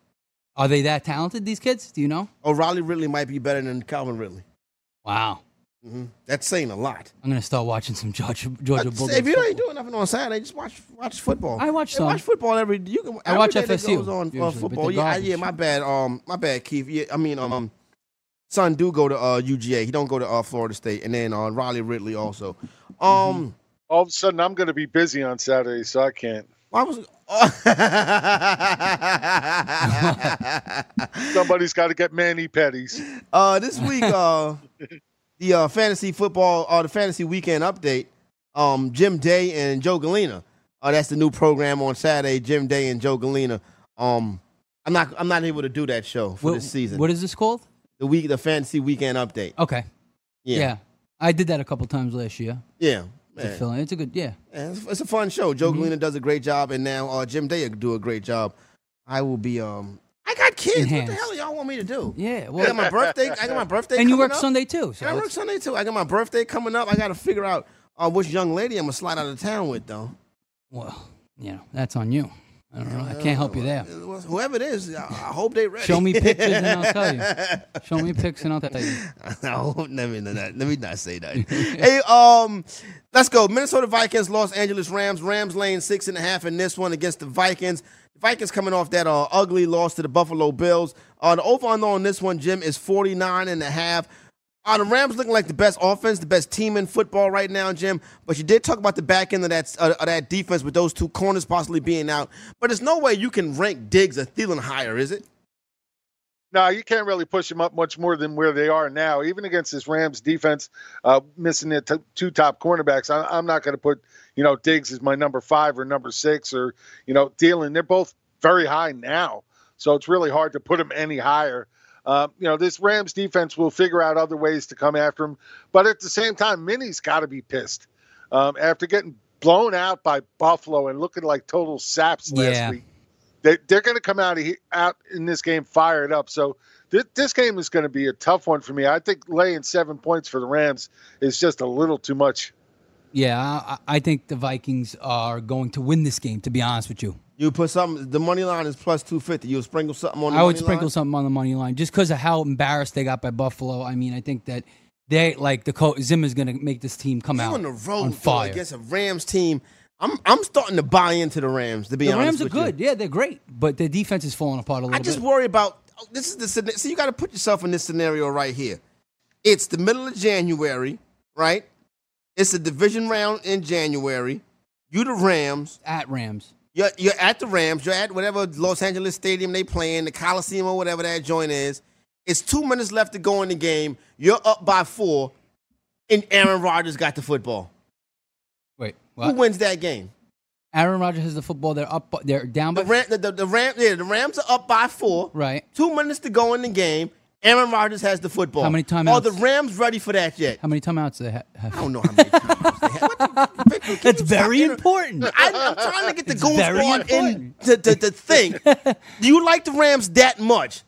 Speaker 5: Are they that talented? These kids? Do you know?
Speaker 3: Oh, Riley Ridley might be better than Calvin Ridley.
Speaker 5: Wow.
Speaker 3: hmm That's saying a lot.
Speaker 5: I'm gonna start watching some Georgia Georgia
Speaker 3: But
Speaker 5: Bulldogs.
Speaker 3: if you
Speaker 5: football.
Speaker 3: ain't doing nothing on Saturday, just watch watch football.
Speaker 5: I watch
Speaker 3: Hey,
Speaker 5: some.
Speaker 3: watch football every. You can.
Speaker 5: I watch
Speaker 3: every day that
Speaker 5: FSU
Speaker 3: goes on,
Speaker 5: usually,
Speaker 3: on
Speaker 5: but
Speaker 3: football.
Speaker 5: they're
Speaker 3: Yeah, I-
Speaker 5: garbage.
Speaker 3: yeah. My bad. Um, my bad, Keith. Yeah, I mean, um, um, son do go to uh UGA. He don't go to uh Florida State, and then uh Riley Ridley also.
Speaker 5: Mm-hmm.
Speaker 3: Um,
Speaker 4: All of a sudden, I'm going to be busy on Saturday, so I can't.
Speaker 3: I [laughs]
Speaker 5: [laughs]
Speaker 3: was.
Speaker 4: Somebody's got to get Manny Petties.
Speaker 3: Uh, this
Speaker 5: [laughs]
Speaker 3: week, uh, the uh, fantasy football, uh, the fantasy weekend update. Um, Jim Day and Joe Galena. Uh, that's the new program on Saturday. Jim Day and Joe Galena. Um, I'm not, I'm not able to do that show for
Speaker 5: What-
Speaker 3: this season.
Speaker 5: What is this called?
Speaker 3: the week, the fantasy weekend update?
Speaker 5: Okay. Yeah. I did that a couple times last year.
Speaker 3: yeah.
Speaker 5: It's a Mm-hmm.
Speaker 3: man.
Speaker 5: fill-in. It's a good yeah.
Speaker 3: Yeah, It's, it's a fun show. Joe Galena does a great job, and now uh, Jim Day do a great job. I will be. Um, I got kids. What
Speaker 5: Enhanced.
Speaker 3: the hell y'all want me to do?
Speaker 5: Yeah.
Speaker 3: I got
Speaker 5: Well
Speaker 3: my birthday. I got my birthday.
Speaker 5: and you
Speaker 3: coming
Speaker 5: work
Speaker 3: up.
Speaker 5: Sunday too. So
Speaker 3: And I work
Speaker 5: it's-
Speaker 3: Sunday too. I got my birthday coming up. I got to figure out uh, which young lady I'm gonna slide out of town with though.
Speaker 5: well, you know, that's on you. I don't know. I can't help you there.
Speaker 3: Whoever it is, I, I hope they ready.
Speaker 5: Show me pictures and I'll
Speaker 3: [laughs]
Speaker 5: tell you. Show me pics and I'll tell you.
Speaker 3: I hope- let me not, let me not say that. [laughs] hey, um, let's go. Minnesota Vikings, Los Angeles Rams. Rams laying six and a half in this one against the Vikings. The Vikings coming off that uh, ugly loss to the Buffalo Bills. Uh, the over under on this one, Jim, is 49 and a half. Uh, the Rams looking like the best offense, the best team in football right now, Jim. But you did talk about the back end of that uh, of that defense with those two corners possibly being out. But there's no way you can rank Diggs or Thielen higher, is it?
Speaker 4: No, you can't really push them up much more than where they are now. Even against this Rams defense, uh, missing their t- two top cornerbacks, I- I'm not going to put you know Diggs as my number five or number six or you know Dealing. They're both very high now, so it's really hard to put them any higher. Uh, you know this Rams defense will figure out other ways to come after him, but at the same time, Minnie's got to be pissed um, after getting blown out by Buffalo and looking like total saps last
Speaker 5: Yeah.
Speaker 4: week they, they're going to come out of he, out in this game fired up. So th- this game is going to be a tough one for me. I think laying seven points for the Rams is just a little too much.
Speaker 5: Yeah, I, I think the Vikings are going to win this game. To be honest with you,
Speaker 3: You put something. The money line is plus two fifty. You'll sprinkle something on. The
Speaker 5: I would
Speaker 3: money
Speaker 5: sprinkle
Speaker 3: line?
Speaker 5: something on the money line just because of how embarrassed they got by Buffalo. I mean, I think that they like the coach Zimmer's going to make this team come
Speaker 3: You
Speaker 5: out
Speaker 3: on the road
Speaker 5: on
Speaker 3: though,
Speaker 5: fire.
Speaker 3: against a Rams team. I'm I'm starting to buy into the Rams. To be
Speaker 5: the
Speaker 3: honest,
Speaker 5: Rams are
Speaker 3: with you.
Speaker 5: good. Yeah, they're great, but their defense is falling apart a little
Speaker 3: I just
Speaker 5: bit.
Speaker 3: worry about oh, this is the scena- so you got to put yourself in this scenario right here. It's the middle of January, right? It's the division round in January. You the Rams.
Speaker 5: At Rams,
Speaker 3: You're, you're at the Rams. You're at whatever Los Angeles stadium they playing, the Coliseum or whatever that joint is. It's two minutes left to go in the game. You're up by four, and Aaron Rodgers got the football.
Speaker 5: wait,
Speaker 3: Who
Speaker 5: what?
Speaker 3: wins that game?
Speaker 5: Aaron Rodgers has the football. They're up. They're down by
Speaker 3: The, Ram, the, the, the Ram, yeah, the Rams are up by four.
Speaker 5: right.
Speaker 3: Two minutes to go in the game. Aaron Rodgers has the football.
Speaker 5: How many timeouts?
Speaker 3: Are the Rams ready for that yet?
Speaker 5: How many timeouts do they ha- have?
Speaker 3: I don't know how many timeouts they have.
Speaker 5: [laughs]
Speaker 3: What the- Victor, can
Speaker 5: That's
Speaker 3: you
Speaker 5: very
Speaker 3: stop?
Speaker 5: important.
Speaker 3: I, I'm trying to get the
Speaker 5: It's
Speaker 3: goons
Speaker 5: very
Speaker 3: squad in
Speaker 5: important.
Speaker 3: to, to, to
Speaker 5: [laughs]
Speaker 3: think. Do you like the Rams that much?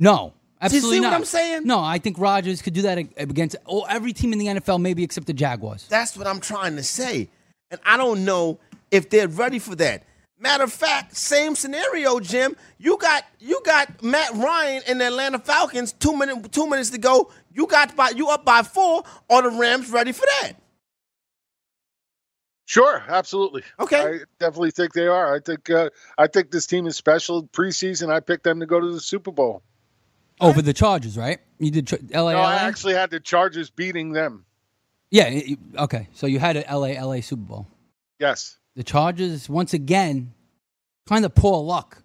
Speaker 5: No,
Speaker 3: you
Speaker 5: absolutely
Speaker 3: see what
Speaker 5: not.
Speaker 3: I'm saying?
Speaker 5: No, I think Rodgers could do that ag- against oh, every team in the NFL, maybe except the Jaguars.
Speaker 3: That's what I'm trying to say. And I don't know if they're ready for that. Matter of fact, same scenario, Jim. You got you got Matt Ryan and the Atlanta Falcons, two minute two minutes to go. You got by you up by four. Are the Rams ready for that?
Speaker 4: Sure, absolutely.
Speaker 3: Okay.
Speaker 4: I definitely think they are. I think uh, I think this team is special. Preseason, I picked them to go to the Super Bowl.
Speaker 5: Over the Chargers, right? You did tra- LA.
Speaker 4: No, I actually had the Chargers beating them.
Speaker 5: Yeah. it- it- Okay. So you had an LA LA Super Bowl.
Speaker 4: Yes.
Speaker 5: The Chargers once again, kind of poor luck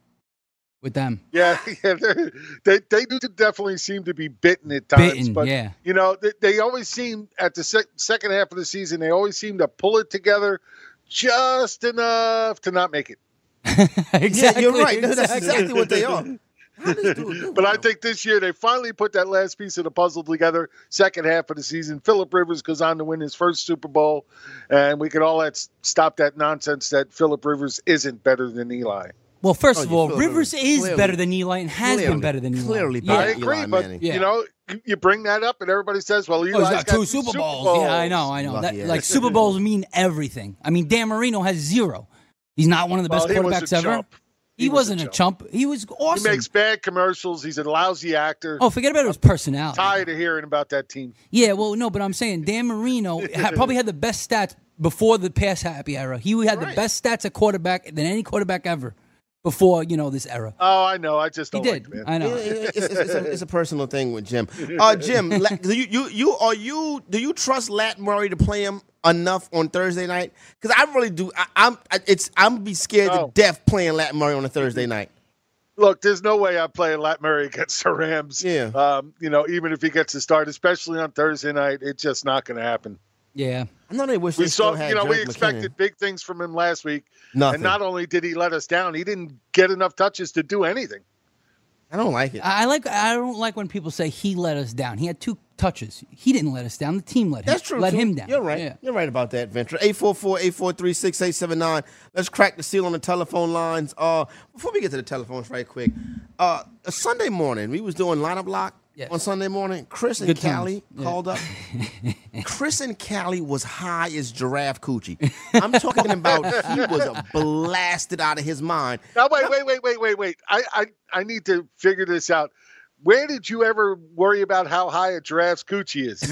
Speaker 5: with them.
Speaker 4: Yeah, [laughs] yeah, they're- they they do definitely seem to be bitten at times,
Speaker 5: Bitten.
Speaker 4: but
Speaker 5: yeah.
Speaker 4: you know they, they always seem at the sec- second half of the season they always seem to pull it together just enough to not make it.
Speaker 3: [laughs]
Speaker 5: exactly.
Speaker 3: yeah, you're right. No, [laughs] That's
Speaker 5: exactly.
Speaker 3: exactly what they are. How does dude do
Speaker 4: But I
Speaker 3: it?
Speaker 4: think this year they finally put that last piece of the puzzle together. Second half of the season, Philip Rivers goes on to win his first Super Bowl, and we can all that stop that nonsense that Philip Rivers isn't better than Eli.
Speaker 5: Well, first
Speaker 3: Oh,
Speaker 5: of
Speaker 3: you
Speaker 5: all,
Speaker 3: feel
Speaker 5: Rivers
Speaker 3: very
Speaker 5: is
Speaker 3: clearly-
Speaker 5: better than Eli and has
Speaker 3: clearly-
Speaker 5: been better than Eli.
Speaker 3: clearly
Speaker 5: yeah.
Speaker 4: I
Speaker 3: better.
Speaker 4: agree,
Speaker 3: Eli
Speaker 4: but
Speaker 3: Manning.
Speaker 5: Yeah.
Speaker 4: you know you bring that up and everybody says, "Well,
Speaker 5: Oh,
Speaker 4: Eli's
Speaker 5: he's got two Super Bowls. Yeah, I know, I know.
Speaker 3: Lucky
Speaker 5: That,
Speaker 3: ass.
Speaker 5: like Super Bowls mean everything. I mean, Dan Marino has zero. He's not one of the best
Speaker 4: Well, he was a
Speaker 5: quarterbacks ever.
Speaker 4: chump.
Speaker 5: He,
Speaker 4: He was a
Speaker 5: wasn't a chump. He was
Speaker 4: He
Speaker 5: awesome.
Speaker 4: makes bad commercials. He's a lousy actor.
Speaker 5: oh, forget about his personality.
Speaker 4: Tired of hearing about that team.
Speaker 5: Yeah, well, no, but I'm saying Dan Marino ha- probably had the best stats before the pass happy era. He had the
Speaker 3: Right.
Speaker 5: best stats at quarterback than any quarterback ever before you know this era.
Speaker 4: Oh, I know. I just
Speaker 5: He
Speaker 4: don't
Speaker 5: did.
Speaker 4: like the man.
Speaker 5: I know.
Speaker 3: Yeah, yeah, it's, it's- it's a, it's a personal thing with Jim. Uh, Jim, La- do you, you you are you do you trust Lat Murray to play him enough on Thursday night? Because I really do. I, I'm I- it's I'm be scared
Speaker 4: No.
Speaker 3: to death playing Lat Murray on a Thursday night.
Speaker 4: Look, there's no way I'm playing Lat Murray [laughs] against the Rams.
Speaker 3: Yeah.
Speaker 4: Um, you know, even if he gets a start, especially on Thursday night, it's just not going to happen.
Speaker 5: Yeah.
Speaker 3: I know they wish
Speaker 4: We
Speaker 3: they
Speaker 4: saw,
Speaker 3: still had
Speaker 4: you know, we
Speaker 3: Jarek McKinnon.
Speaker 4: expected big things from him last week,
Speaker 3: nothing.
Speaker 4: and not only did he let us down, he didn't get enough touches to do anything.
Speaker 3: I don't like it.
Speaker 5: I I like. I don't like when people say he let us down. He had two touches. He didn't let us down. The team let him.
Speaker 3: That's true.
Speaker 5: Let
Speaker 3: too.
Speaker 5: him down.
Speaker 3: You're right.
Speaker 5: Yeah.
Speaker 3: You're right about that, Venture. 844-843-6879. Let's crack the seal on the telephone lines. Uh, before we get to the telephones right quick, uh, Sunday morning, we was doing lineup lock
Speaker 5: Yes.
Speaker 3: on Sunday morning. Chris and
Speaker 5: Good times.
Speaker 3: Callie
Speaker 5: Yeah.
Speaker 3: called
Speaker 5: [laughs]
Speaker 3: up. Chris and Callie was high as giraffe coochie. I'm talking about he
Speaker 5: [laughs]
Speaker 3: was blasted out of his mind.
Speaker 4: Now, wait, wait, wait, wait, wait, wait. I, I, I need to figure this out. Where did you ever worry about how high a giraffe's coochie is?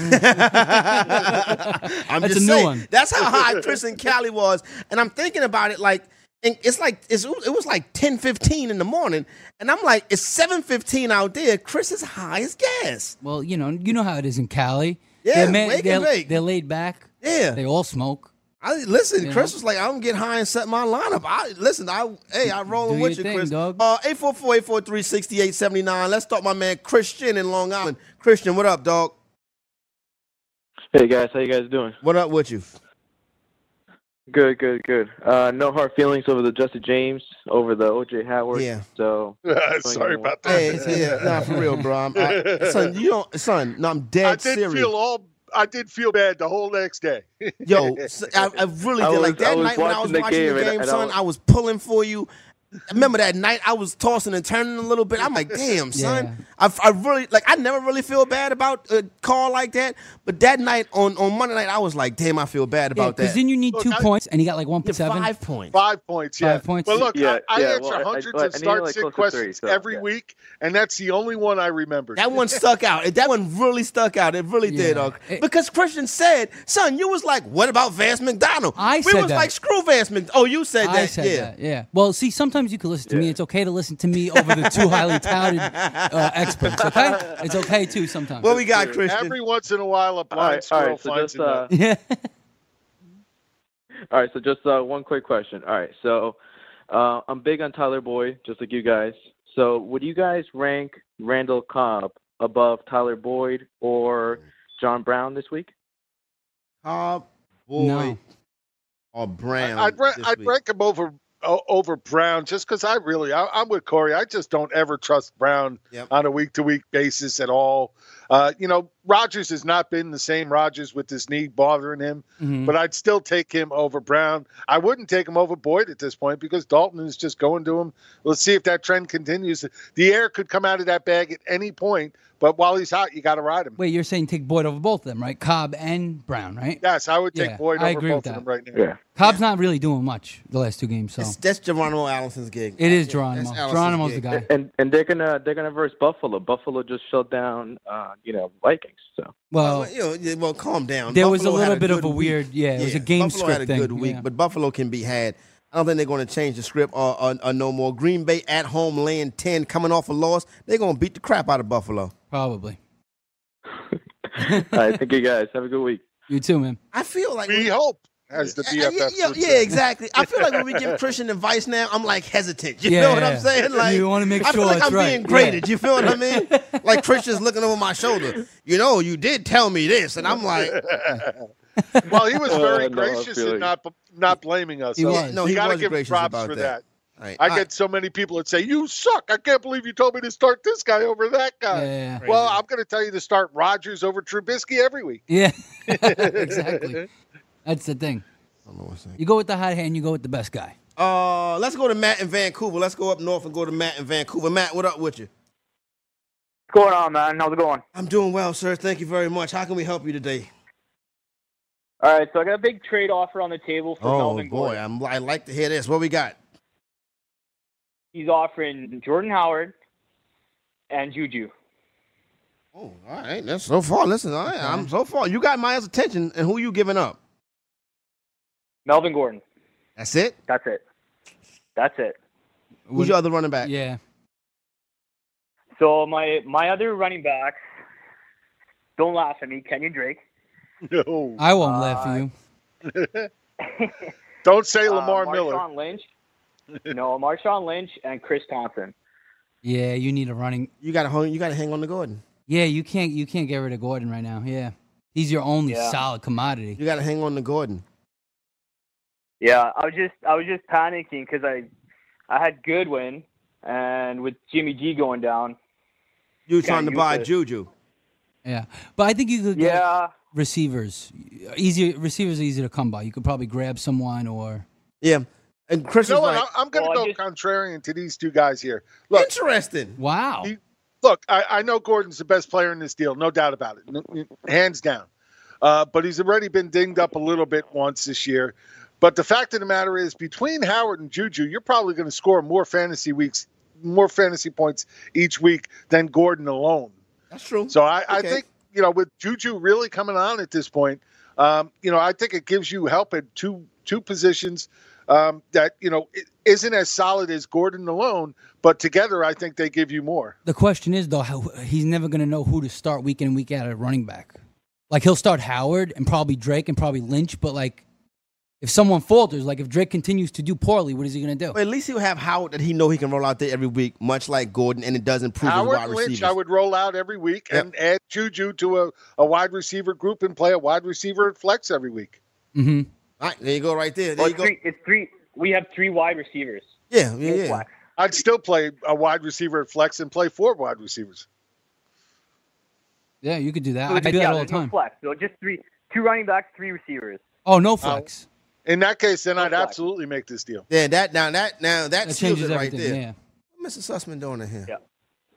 Speaker 3: I'm
Speaker 5: That's
Speaker 3: just
Speaker 5: a new
Speaker 3: saying,
Speaker 5: one.
Speaker 3: That's how high Chris and Callie was. And I'm thinking about it like, and it's like it's, it was like 10, 15 in the morning, and I'm like, it's seven fifteen out there. Chris is high as gas.
Speaker 5: Well, you know, you know how it is in Cali.
Speaker 3: Yeah,
Speaker 5: they're,
Speaker 3: wake and
Speaker 5: they're,
Speaker 3: bake.
Speaker 5: they're laid back.
Speaker 3: Yeah.
Speaker 5: They all smoke.
Speaker 3: I listen.
Speaker 5: Yeah.
Speaker 3: Chris was like, I don't get high and set my lineup. I listen. I hey, I rolling
Speaker 5: Do
Speaker 3: with
Speaker 5: your
Speaker 3: you,
Speaker 5: thing,
Speaker 3: Chris.
Speaker 5: dog.
Speaker 3: Uh, 844-843-6879. Let's start my man Christian in Long Island. Christian, what up, dog?
Speaker 6: Hey guys, how you guys doing?
Speaker 3: What up with you?
Speaker 6: Good, good, good. Uh, no hard feelings over the Justin James, over the OJ Howard.
Speaker 3: Yeah.
Speaker 6: So
Speaker 4: [laughs] Sorry about
Speaker 5: Ah,
Speaker 4: that.
Speaker 3: Hey,
Speaker 5: [laughs]
Speaker 3: yeah, nah, for real, bro. I'm, I, son, you don't, son. No, I'm dead
Speaker 4: I did
Speaker 3: serious.
Speaker 4: feel all. I did feel bad the whole next day. [laughs]
Speaker 6: [laughs]
Speaker 3: Yo, s- I, I really
Speaker 6: I
Speaker 3: did.
Speaker 6: was-
Speaker 3: like that
Speaker 6: I was
Speaker 3: night when I
Speaker 6: watching
Speaker 3: was
Speaker 6: the
Speaker 3: watching the
Speaker 6: game and-
Speaker 3: game,
Speaker 6: and I
Speaker 3: son,
Speaker 6: was-
Speaker 3: I was pulling for you. I Remember that night I was tossing and turning a little bit. I'm
Speaker 6: [laughs]
Speaker 3: like, damn, son. I, I really like. I never really feel bad about a call like that. But that night on on Monday night, I was like, damn, I feel bad about
Speaker 5: Because
Speaker 3: that. Oh,
Speaker 5: then you need
Speaker 4: Look,
Speaker 5: two
Speaker 4: I-
Speaker 5: points, and he got like one
Speaker 3: Yeah,
Speaker 5: point seven.
Speaker 3: five points.
Speaker 4: Five points, yeah.
Speaker 5: Five points.
Speaker 4: Well, look,
Speaker 6: Yeah,
Speaker 4: I, I
Speaker 6: yeah,
Speaker 4: answer
Speaker 6: well, I- I-
Speaker 4: hundreds
Speaker 6: I
Speaker 4: of
Speaker 6: need,
Speaker 4: start
Speaker 6: like,
Speaker 4: sit
Speaker 6: close to
Speaker 4: questions
Speaker 6: three, so,
Speaker 4: every
Speaker 6: yeah.
Speaker 4: week, and that's the only one I remember.
Speaker 3: That one stuck out. It- That one really stuck out. It really did.
Speaker 5: Yeah.
Speaker 3: dog.
Speaker 5: It-
Speaker 3: because Christian said, "Son, you was like, what about Vance McDonald?"
Speaker 5: I
Speaker 3: we
Speaker 5: said
Speaker 3: was
Speaker 5: that.
Speaker 3: like, "Screw Vance McDonald." Oh, you said
Speaker 5: I
Speaker 3: that.
Speaker 5: said
Speaker 3: yeah.
Speaker 5: that. Yeah. Well, see, sometimes you can listen to me.
Speaker 6: Yeah.
Speaker 5: It's okay to listen to me over the two highly
Speaker 3: [laughs]
Speaker 5: touted uh, experts. Okay, it's okay too sometimes.
Speaker 3: What we got, Christian?
Speaker 4: every once in a while, a
Speaker 6: All
Speaker 4: blind
Speaker 6: right, all
Speaker 4: squirrel
Speaker 6: right. So
Speaker 4: finds a
Speaker 6: just
Speaker 4: nut.
Speaker 6: uh,
Speaker 5: [laughs] yeah.
Speaker 6: all right. So just uh, one quick question. All right. So uh, I'm big on Tyler Boyd, just like you guys. So would you guys rank Randall Cobb above Tyler Boyd or John Brown this week?
Speaker 3: Cobb, Boyd,
Speaker 5: No.
Speaker 3: or Brown.
Speaker 4: I'd, ra-
Speaker 3: this
Speaker 4: I'd
Speaker 3: week.
Speaker 4: rank him over o- over Brown just because I really I, I'm with Corey. I just don't ever trust Brown
Speaker 3: Yep.
Speaker 4: on a week to week basis at all. Uh, you know, Rogers has not been the same Rogers with this knee bothering him,
Speaker 5: Mhm.
Speaker 3: Mm-hmm.
Speaker 4: but I'd still take him over Brown. I wouldn't take him over Boyd at this point because Dalton is just going to him. Let's see if that trend continues. The air could come out of that bag at any point, but while he's hot, you got to ride him.
Speaker 5: Wait, you're saying take Boyd over both of them, right? Cobb and Brown, right?
Speaker 4: Yes, I would take
Speaker 5: Yeah,
Speaker 4: Boyd
Speaker 5: I
Speaker 4: over
Speaker 5: agree with
Speaker 4: both of them
Speaker 5: that.
Speaker 4: right now.
Speaker 5: Cobb's not really doing much the last two games, so
Speaker 3: It's- that's Geronimo Allison's gig.
Speaker 5: it is
Speaker 3: Yeah,
Speaker 5: Geronimo.
Speaker 3: that's Allison's
Speaker 5: Geronimo's the
Speaker 3: gig.
Speaker 5: guy.
Speaker 6: And and they're gonna they're gonna verse Buffalo. Buffalo just shut down uh, you know Vikings.
Speaker 7: [laughs]
Speaker 6: So
Speaker 5: Well,
Speaker 3: Well, you know, yeah, well, calm down.
Speaker 5: There was a
Speaker 3: Buffalo had
Speaker 5: little bit of
Speaker 3: good
Speaker 5: a
Speaker 3: week.
Speaker 5: weird- yeah, it was a game
Speaker 3: Buffalo had
Speaker 5: script
Speaker 3: a
Speaker 5: thing,
Speaker 3: good week,
Speaker 5: yeah.
Speaker 3: but Buffalo can be had. I don't think they're going to change the script or, or, or no more. Green Bay at home, laying ten, coming off a loss. They're going to beat the crap out of Buffalo.
Speaker 5: probably.
Speaker 6: all right, thank you guys. Have a good week.
Speaker 5: You too, man.
Speaker 3: I feel like
Speaker 4: We hope, as the
Speaker 3: Yeah, yeah,
Speaker 4: DFS
Speaker 3: yeah,
Speaker 4: would
Speaker 3: yeah,
Speaker 4: say.
Speaker 3: exactly. I feel like when we give Christian advice now, I'm like hesitant. You
Speaker 5: Yeah,
Speaker 3: know what I'm
Speaker 5: yeah.
Speaker 3: saying? Like
Speaker 5: You wanna make
Speaker 3: I feel
Speaker 5: sure
Speaker 3: like
Speaker 5: it's
Speaker 3: I'm
Speaker 5: right.
Speaker 3: being
Speaker 5: Yeah.
Speaker 3: graded. You feel what I
Speaker 5: [laughs]
Speaker 3: mean? Like Christian's looking over my shoulder. You know, you did tell me this, and I'm like,
Speaker 4: Well,
Speaker 6: [laughs]
Speaker 4: he was very
Speaker 6: Uh, no, I
Speaker 4: gracious
Speaker 6: feel
Speaker 4: in
Speaker 6: like-
Speaker 4: not not blaming us.
Speaker 5: He
Speaker 4: So
Speaker 5: was.
Speaker 3: No,
Speaker 4: you
Speaker 3: he
Speaker 4: gotta
Speaker 3: was
Speaker 4: give him
Speaker 3: gracious
Speaker 4: props
Speaker 3: about
Speaker 4: for that.
Speaker 3: that. all right,
Speaker 4: I
Speaker 3: all
Speaker 4: get so many people that say, "You suck! I can't believe you told me to start this guy over that guy."
Speaker 5: Yeah.
Speaker 4: Well, I'm going to tell you to start Rogers over Trubisky every
Speaker 6: [laughs]
Speaker 4: week.
Speaker 7: [laughs]
Speaker 5: Yeah, exactly. That's the thing.
Speaker 3: Hold on one second.
Speaker 5: You go with the hot hand, you go with the best guy.
Speaker 3: Uh, let's go to Matt in Vancouver. Let's go up north and go to Matt in Vancouver. Matt, what up with you?
Speaker 7: What's going on, man? How's it going?
Speaker 3: I'm doing well, sir. Thank you very much. How can we help you today?
Speaker 7: All right, so I got a big trade offer on the table for Melvin Gordon.
Speaker 3: Oh, I'm, I like to hear this. What we got?
Speaker 7: He's offering Jordan Howard and Juju.
Speaker 3: Oh, all right. That's so far. Listen, all right, I'm so far. You got Miles' attention, and who you giving up?
Speaker 7: Melvin Gordon.
Speaker 3: That's it.
Speaker 7: That's it. That's it.
Speaker 3: Who's your other running back?
Speaker 5: Yeah.
Speaker 7: So my my other running backs, don't laugh at me, Kenyon Drake.
Speaker 4: No,
Speaker 5: I won't laugh at you.
Speaker 4: don't say Lamar
Speaker 7: uh,
Speaker 4: Miller.
Speaker 7: Marshawn Lynch. [laughs] no, Marshawn Lynch and Chris Thompson.
Speaker 5: Yeah, you need a running.
Speaker 3: You got to hang. You got to hang on to Gordon.
Speaker 5: Yeah, you can't you can't get rid of Gordon right now. Yeah. He's your only
Speaker 7: Yeah.
Speaker 5: solid commodity.
Speaker 3: You got to hang on to Gordon.
Speaker 7: Yeah, I was just I was just panicking because I I had Goodwin and with Jimmy G going down.
Speaker 3: You trying to
Speaker 7: you
Speaker 3: buy
Speaker 7: could.
Speaker 3: Juju?
Speaker 5: Yeah. But I think you could get
Speaker 7: Yeah,
Speaker 5: receivers. Easier receivers are easy to come by. You could probably grab someone or
Speaker 3: Yeah. And Chris
Speaker 4: You know
Speaker 3: is
Speaker 4: what?
Speaker 3: like,
Speaker 4: I- I'm going to
Speaker 7: Well, I
Speaker 4: go
Speaker 7: just-
Speaker 4: contrarian to these two guys here. Look,
Speaker 3: interesting.
Speaker 5: Wow.
Speaker 4: You- look, I, I know Gordon's the best player in this deal, no doubt about it, n- hands down. Uh, but he's already been dinged up a little bit once this year. But the fact of the matter is, between Howard and Juju, you're probably going to score more fantasy weeks, more fantasy points each week than Gordon alone.
Speaker 3: That's true.
Speaker 4: So I, I
Speaker 3: Okay.
Speaker 4: think you know with Juju really coming on at this point, um, you know I think it gives you help at two two positions um, that you know i- isn't as solid as Gordon alone, but together I think they give you more.
Speaker 5: The question is though, how, he's never going to know who to start week in and week out at running back. Like he'll start Howard and probably Drake and probably Lynch, but like if someone falters, like if Drake continues to do poorly, what is he going to do?
Speaker 3: But at least he'll have Howard that he know he can roll out there every week, much like Gordon, and it doesn't prove his wide
Speaker 4: Howard Lynch,
Speaker 3: receivers.
Speaker 4: I would roll out every week and add Juju to a, a wide receiver group and play a wide receiver at flex every week.
Speaker 5: hmm
Speaker 3: All right, there you go, right there. There
Speaker 7: well,
Speaker 3: you
Speaker 7: it's
Speaker 3: go.
Speaker 7: three, it's three. We have three wide receivers.
Speaker 3: Yeah, yeah,
Speaker 7: Full
Speaker 3: yeah.
Speaker 7: flex.
Speaker 4: I'd still play a wide receiver at flex and play four wide receivers.
Speaker 5: Yeah, you could do that.
Speaker 7: So
Speaker 5: I
Speaker 7: it's-
Speaker 5: do that
Speaker 7: yeah,
Speaker 5: all the
Speaker 7: there's no
Speaker 5: time.
Speaker 7: flex. So just three, two running backs, three receivers.
Speaker 5: Oh, no flex.
Speaker 4: In that case, then I'd
Speaker 7: flex.
Speaker 4: absolutely make this deal.
Speaker 3: Yeah, that now that now that,
Speaker 5: that
Speaker 3: seals
Speaker 5: changes
Speaker 3: it right
Speaker 5: everything.
Speaker 3: there.
Speaker 5: Yeah,
Speaker 3: What Mr. Sussman doing in here?
Speaker 7: Yeah.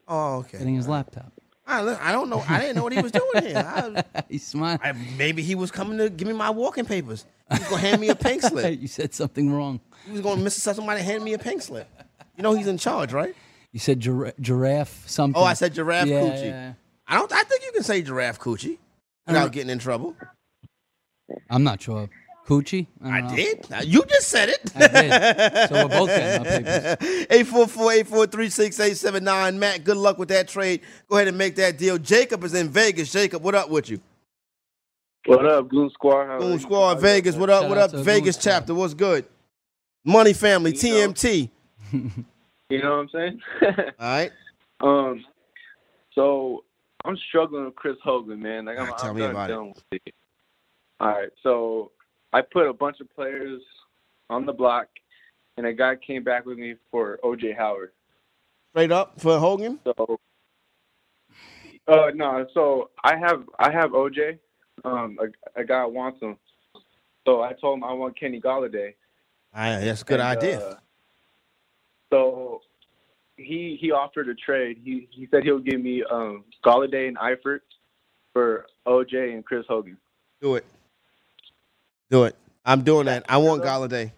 Speaker 3: Oh, okay.
Speaker 5: getting his laptop. [laughs]
Speaker 3: I, look, I don't know. I didn't know what he was doing here. I,
Speaker 5: He's smiling.
Speaker 3: I, maybe he was coming to give me my walking papers. He was gonna hand me a pink slip.
Speaker 5: [laughs] you said something wrong.
Speaker 3: He was going, Mr. Sussman, somebody hand me a pink slip. You know he's in charge, right?
Speaker 5: You said gir- giraffe something.
Speaker 3: Oh, I said giraffe
Speaker 5: yeah,
Speaker 3: coochie.
Speaker 5: yeah.
Speaker 3: I don't. I think you can say giraffe coochie without getting in trouble.
Speaker 5: I'm not sure. Coochie?
Speaker 3: I
Speaker 5: don't know.
Speaker 3: did. Now, you just said it.
Speaker 5: I did. so we're both getting our
Speaker 3: [laughs]
Speaker 5: papers.
Speaker 3: 844-843-6879. Matt, good luck with that trade. Go ahead and make that deal. Jacob is in Vegas. Jacob, what up with you?
Speaker 6: What up, Goon Squad? How are
Speaker 3: Boom
Speaker 6: you?
Speaker 3: Squad Vegas. What up?
Speaker 5: Shout
Speaker 3: What
Speaker 5: out
Speaker 3: up?
Speaker 5: to Goon
Speaker 3: Vegas
Speaker 5: Squad.
Speaker 3: chapter. What's good? Money Family
Speaker 6: You know.
Speaker 3: TMT.
Speaker 6: You know what I'm saying?
Speaker 3: All
Speaker 6: [laughs]
Speaker 3: right.
Speaker 6: um, so I'm struggling with Chris Hogan, man. Like I'm,
Speaker 3: Ah, tell
Speaker 6: I'm
Speaker 3: me
Speaker 6: done
Speaker 3: about it.
Speaker 6: dealing with it. All right, so I put a bunch of players on the block, and a guy came back with me for OJ Howard.
Speaker 3: Straight up for Hogan.
Speaker 6: So, uh, no. So I have I have OJ. Um, a, a guy wants him. So I told him I want Kenny Galladay.
Speaker 3: All right, that's a good
Speaker 6: And,
Speaker 3: idea.
Speaker 6: uh, so he he offered a trade. He he said he'll give me um, Galladay and Eifert for OJ and Chris Hogan.
Speaker 3: Do it. Do it. I'm doing that. I want Galladay.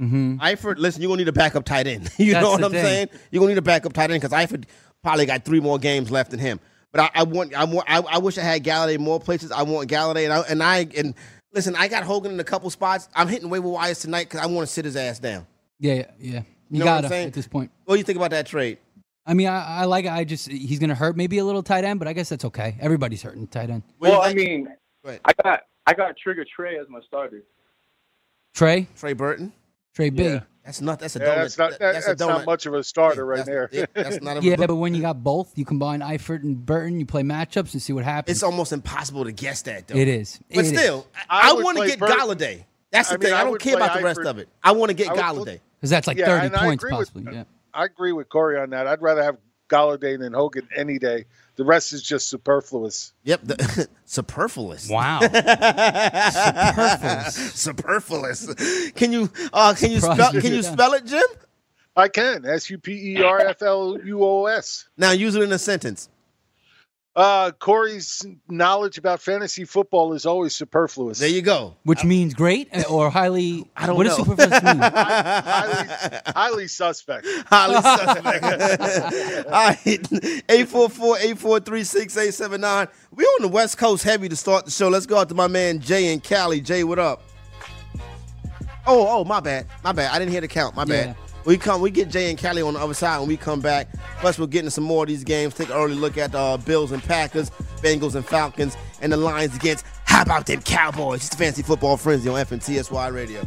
Speaker 5: Mm-hmm.
Speaker 3: Eifert, listen, you're gonna need a backup tight end. [laughs] you
Speaker 5: That's
Speaker 3: know what
Speaker 5: the
Speaker 3: I'm
Speaker 5: thing.
Speaker 3: saying? You're gonna need a backup tight end because Eifert probably got three more games left in him. But I, I want, I want, I, I wish I had Galladay more places. I want Galladay, and I, and I, and listen, I got Hogan in a couple spots. I'm hitting waiver wires tonight because I want to sit his ass down.
Speaker 5: Yeah, yeah, yeah. You
Speaker 3: know what I'm
Speaker 5: gotta
Speaker 3: saying?
Speaker 5: at this point.
Speaker 3: What do you think about that trade?
Speaker 5: I mean, I, I like. I just he's gonna hurt maybe a little tight end, but I guess that's okay. Everybody's hurting tight end.
Speaker 3: What do you
Speaker 6: well, I
Speaker 3: think?
Speaker 6: mean,
Speaker 3: Right.
Speaker 6: I got I got Trigger Trey as my starter.
Speaker 5: Trey,
Speaker 3: Trey Burton.
Speaker 5: Trey B.
Speaker 6: Yeah.
Speaker 3: That's not. That's a
Speaker 4: Yeah,
Speaker 3: donut.
Speaker 4: that's not
Speaker 3: that-
Speaker 4: that,
Speaker 3: that's,
Speaker 4: that's
Speaker 3: a donut.
Speaker 4: not much of a starter right
Speaker 3: That's-
Speaker 4: there.
Speaker 3: yeah, that's not. A,
Speaker 5: Yeah, but when you got both, you combine Eifert and Burton, you play matchups and see what happens.
Speaker 3: it's almost impossible to guess that though.
Speaker 5: It is.
Speaker 3: But
Speaker 5: It is.
Speaker 3: still,
Speaker 4: I
Speaker 3: I,
Speaker 4: would
Speaker 3: want to
Speaker 4: play
Speaker 3: get
Speaker 4: Burton.
Speaker 3: Galladay. That's the
Speaker 4: I mean,
Speaker 3: thing.
Speaker 4: I
Speaker 3: I don't
Speaker 4: would
Speaker 3: care
Speaker 4: play
Speaker 3: about the rest
Speaker 4: Eifert.
Speaker 3: of it. I want to
Speaker 4: [laughs]
Speaker 3: get
Speaker 4: I would
Speaker 3: Galladay.
Speaker 4: put-
Speaker 5: because that's like
Speaker 4: Yeah,
Speaker 5: 30
Speaker 4: and I
Speaker 5: points
Speaker 4: agree with
Speaker 5: possibly.
Speaker 4: that.
Speaker 5: yeah.
Speaker 4: I agree with Corey on that. I'd rather have Galladay than Hogan any day. The rest is just superfluous.
Speaker 3: Yep. The, [laughs] superfluous.
Speaker 5: Wow. Superfluous.
Speaker 3: Superfluous. Can you uh, can you
Speaker 5: Surprised
Speaker 3: spell
Speaker 5: you
Speaker 3: can you
Speaker 5: did that.
Speaker 3: spell it, Jim?
Speaker 4: I can S U P E R F L U O S.
Speaker 3: Now use it in a sentence.
Speaker 4: Uh, Corey's knowledge about fantasy football is always superfluous.
Speaker 3: There you go.
Speaker 5: Which means great eh, or highly.
Speaker 3: I don't
Speaker 5: what
Speaker 3: know.
Speaker 5: does superfluous mean?
Speaker 4: highly, [laughs] highly suspect.
Speaker 3: [laughs] Highly suspect. All right. 844-843-6879. We on the West Coast heavy to start the show. Let's go out to my man Jay and Cali. Jay, what up? Oh, oh, my bad. My bad. I didn't hear the count. My bad.
Speaker 5: Yeah.
Speaker 3: We come, we get Jay and Cali on the other side when we come back. Plus, we're getting some more of these games. Take an early look at uh, Bills and Packers, Bengals and Falcons, and the Lions against how about them Cowboys? It's the Fancy Football Frenzy on FNTSY Radio.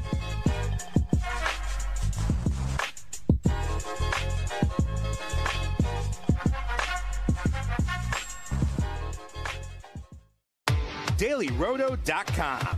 Speaker 2: DailyRoto.com.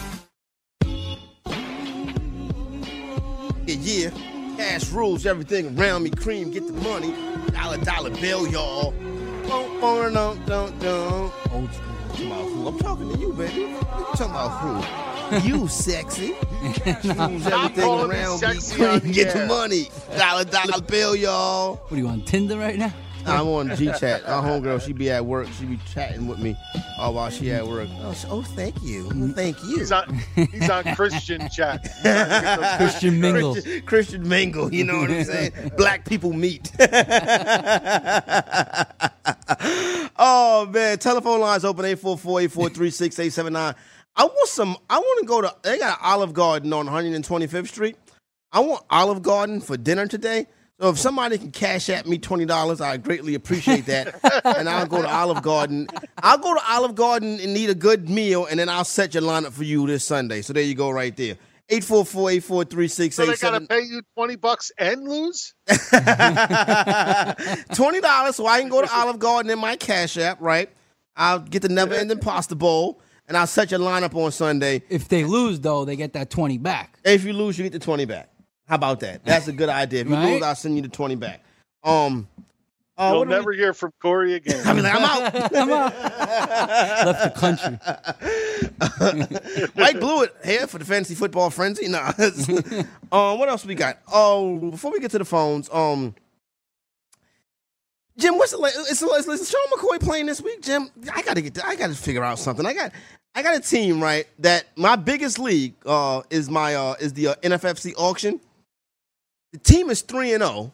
Speaker 3: Yeah, yeah. Cash rules everything around me. Cream, get the money. Dollar, dollar bill, y'all. Don't, don't, don't, don't, don't.
Speaker 5: Old school.
Speaker 3: Talking about who? I'm talking to you, baby. What you talking about [laughs] who? you sexy. Cash rules everything
Speaker 4: calling me
Speaker 3: around me.
Speaker 4: sexy on
Speaker 3: Cream,
Speaker 4: the
Speaker 3: get the
Speaker 4: air.
Speaker 3: money. Dollar, dollar bill, y'all.
Speaker 5: What are you on Tinder right now?
Speaker 3: I'm on G chat. Our homegirl, she be at work. She be chatting with me uh, while she at work. Oh, sh- oh thank you. Oh, Thank you.
Speaker 4: He's on he's on Christian [laughs] chat. He's trying to get those
Speaker 5: Christian Mingle.
Speaker 3: Christian, Christian mingle, you know what I'm saying? [laughs] Black people meet. oh man, telephone lines open 844-843-6879. I want some I want to go to they got an Olive Garden on 125th Street. I want Olive Garden for dinner today. So if somebody can cash at me twenty dollars, I greatly appreciate that, and I'll go to Olive Garden. I'll go to Olive Garden and eat a good meal, and then I'll set your lineup for you this Sunday. So there you go, right there. 844-843-6879.
Speaker 4: So they gotta pay you twenty bucks and lose?
Speaker 3: twenty dollars, so I can go to Olive Garden in my Cash App, right? I'll get the never ending pasta bowl, and I'll set your lineup on Sunday.
Speaker 5: If they lose, though, they get that 20 back.
Speaker 3: If you lose, you get the twenty back. How about that? That's a good idea. If you
Speaker 5: Right?
Speaker 3: lose, I'll send you the twenty back. Um, uh,
Speaker 4: You'll
Speaker 3: what do we-
Speaker 4: never hear from Corey [laughs]
Speaker 3: [laughs]
Speaker 4: again.
Speaker 3: I mean, like, I'm out. [laughs]
Speaker 5: Left the country.
Speaker 3: Mike Blewett here for the fantasy football frenzy. Nah. [laughs] um, what else we got? Oh, before we get to the phones, um, Jim, what's the la- is, is, is Sean McCoy playing this week? Jim, I gotta get. I gotta figure out something. I got. I got a team right that my biggest league uh, is my uh, is the uh, NFFC auction. The team is three and zero,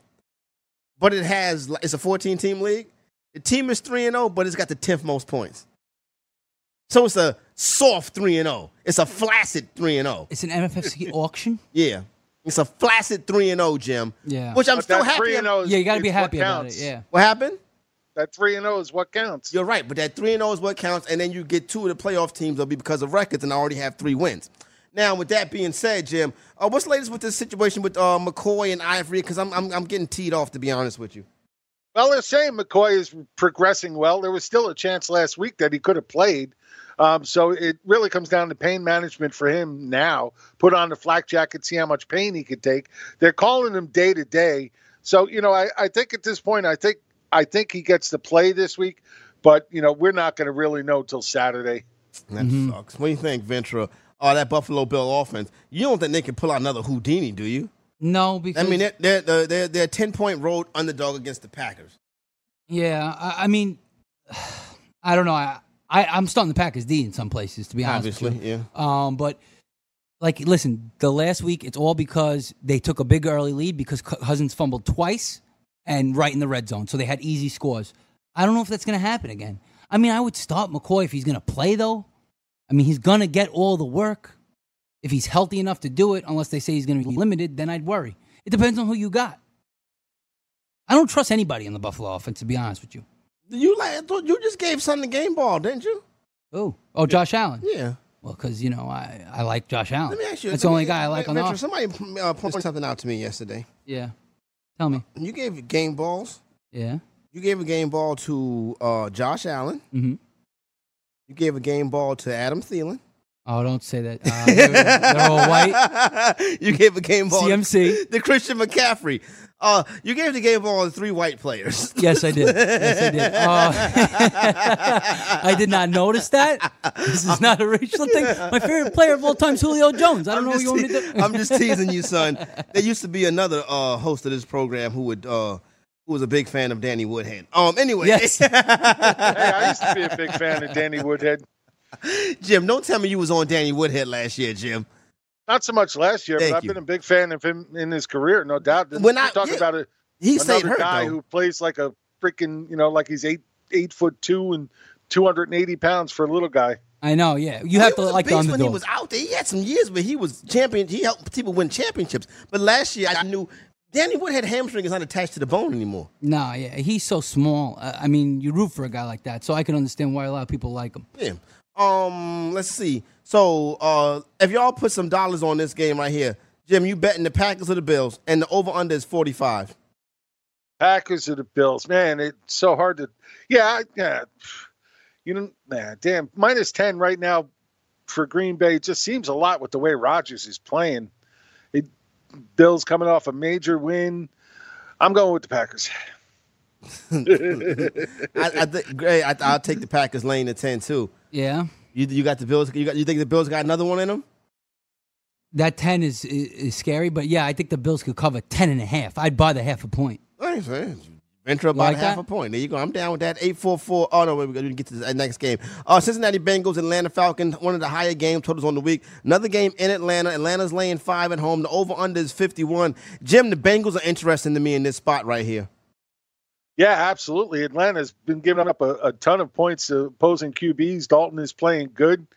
Speaker 3: but it has it's a fourteen team league. The team is three and zero, but it's got the tenth most points. So it's a soft three and zero. It's a flaccid three and zero.
Speaker 5: It's an NFFC auction.
Speaker 3: Yeah, it's a flaccid three and zero, Jim.
Speaker 5: Yeah.
Speaker 3: Which I'm
Speaker 4: But
Speaker 3: still
Speaker 4: that
Speaker 3: happy.
Speaker 4: three and
Speaker 3: ab-
Speaker 4: oh is-
Speaker 5: Yeah, you got to
Speaker 4: is
Speaker 5: be
Speaker 4: what
Speaker 5: happy about it.
Speaker 4: counts.
Speaker 5: Yeah.
Speaker 3: What happened?
Speaker 4: That three and oh is what counts.
Speaker 3: You're right, but that three and zero is what counts, and then you get two of the playoff teams will be because of records, and I already have three wins. Now, with that being said, Jim, uh, what's the latest with this situation with uh, McCoy and Ivory? Because I'm, I'm I'm getting teed off to be honest with you.
Speaker 4: Well, they're saying McCoy is progressing well. There was still a chance last week that he could have played. Um, so it really comes down to pain management for him now. Put on the flak jacket, see how much pain he could take. They're calling him day to day. So you know, I, I think at this point, I think I think he gets to play this week. But you know, we're not going to really know till Saturday.
Speaker 3: That sucks. What do you think, Ventura? Oh, that Buffalo Bill offense. You don't think they can pull out another Houdini, do you?
Speaker 5: No, because.
Speaker 3: I mean, they're they're they're, they're, they're a ten point road underdog against the Packers.
Speaker 5: Yeah, I, I mean, [sighs] I don't know. I, I I'm starting to pack as D in some places, to be honest. with
Speaker 3: Obviously, yeah.
Speaker 5: you. Um, but like listen, the last week it's all because they took a big early lead because Cou- Cousins fumbled twice and right in the red zone, so they had easy scores. I don't know if that's going to happen again. I mean, I would start McCoy if he's going to play though. I mean, he's going to get all the work if he's healthy enough to do it. Unless they say he's going to be limited, then I'd worry. It depends on who you got. I don't trust anybody in the Buffalo offense, to be honest with you.
Speaker 3: You like I thought you just gave son the game ball, didn't you?
Speaker 5: Oh, oh, Josh Allen.
Speaker 3: Yeah.
Speaker 5: Well, because you know I, I like Josh Allen.
Speaker 3: Let me ask you.
Speaker 5: That's
Speaker 3: let
Speaker 5: the only
Speaker 3: me-
Speaker 5: guy I like on the
Speaker 3: Metro,
Speaker 5: offense.
Speaker 3: Somebody uh, pointed something out to me yesterday.
Speaker 5: Yeah, tell me.
Speaker 3: You gave game balls.
Speaker 5: Yeah,
Speaker 3: You gave a game ball to uh, Josh Allen.
Speaker 5: mm-hmm.
Speaker 3: You gave a game ball to Adam Thielen.
Speaker 5: Oh, don't say that. Uh, they're, [laughs] they're all white.
Speaker 3: [laughs] you gave a game ball
Speaker 5: CMC.
Speaker 3: to Christian McCaffrey. Uh, you gave the game ball to three white players.
Speaker 5: Yes, I did. Yes, I did. Oh, [laughs] I did not notice that. This is not a racial thing. My favorite player of all time is Julio Jones. I don't know what
Speaker 3: just
Speaker 5: you want me to
Speaker 3: te-
Speaker 5: do.
Speaker 3: [laughs] I'm just teasing you, son. There used to be another uh, host of this program who would uh, who was a big fan of Danny Woodhead. Um, anyway,
Speaker 5: Yes.
Speaker 4: Hey, I used to be a big fan of Danny Woodhead.
Speaker 3: [laughs] Jim, don't tell me you was on Danny Woodhead last year, Jim.
Speaker 4: Not so much last year,
Speaker 3: Thank
Speaker 4: but I've
Speaker 3: you.
Speaker 4: been a big fan of him in his career, no doubt.
Speaker 3: When I-
Speaker 4: You talk
Speaker 3: yeah,
Speaker 4: about a,
Speaker 3: He stayed
Speaker 4: another
Speaker 3: hurt
Speaker 4: guy
Speaker 3: though.
Speaker 4: who plays like a freaking, you know, like he's eight eight foot two and two hundred and eighty pounds for a little guy.
Speaker 5: I know. Yeah, you have
Speaker 3: he
Speaker 5: to
Speaker 3: was a
Speaker 5: like the
Speaker 3: beast when he
Speaker 5: underdog.
Speaker 3: was out there. He had some years, but he was champion. He helped people win championships. But last year, I knew Danny Woodhead hamstring is not attached to the bone anymore.
Speaker 5: Nah, yeah, he's so small. Uh, I mean, you root for a guy like that, so I can understand why a lot of people like him.
Speaker 3: Yeah. Um. Let's see. So, uh, if y'all put some dollars on this game right here, Jim, you betting the Packers or the Bills, and the over under is forty five.
Speaker 4: Packers or the Bills, man, it's so hard to. Yeah, I- yeah. You know, nah, damn, minus ten right now for Green Bay just seems a lot with the way Rodgers is playing. It, Bills coming off a major win. I'm going with the Packers.
Speaker 3: I, I think. Great. I, I'll take the Packers lane to ten too.
Speaker 5: Yeah,
Speaker 3: You, you got the Bills. You got. You think the Bills got another one in them?
Speaker 5: that ten is, is is scary, but yeah, I think the Bills could cover ten and a half. I'd buy the half a point.
Speaker 3: Nice, man. Venture about
Speaker 5: like
Speaker 3: half
Speaker 5: that?
Speaker 3: a point. There you go. I'm down with that. Eight four four. Oh no, wait, we got to get to the next game. Uh, Cincinnati Bengals, Atlanta Falcons. One of the higher game totals on the week. Another game in Atlanta. Atlanta's laying five at home. The over under is fifty one. Jim, the Bengals are interesting to me in this spot right here.
Speaker 4: Yeah, absolutely. Atlanta's been giving up a, a ton of points to opposing QBs. Dalton is playing good.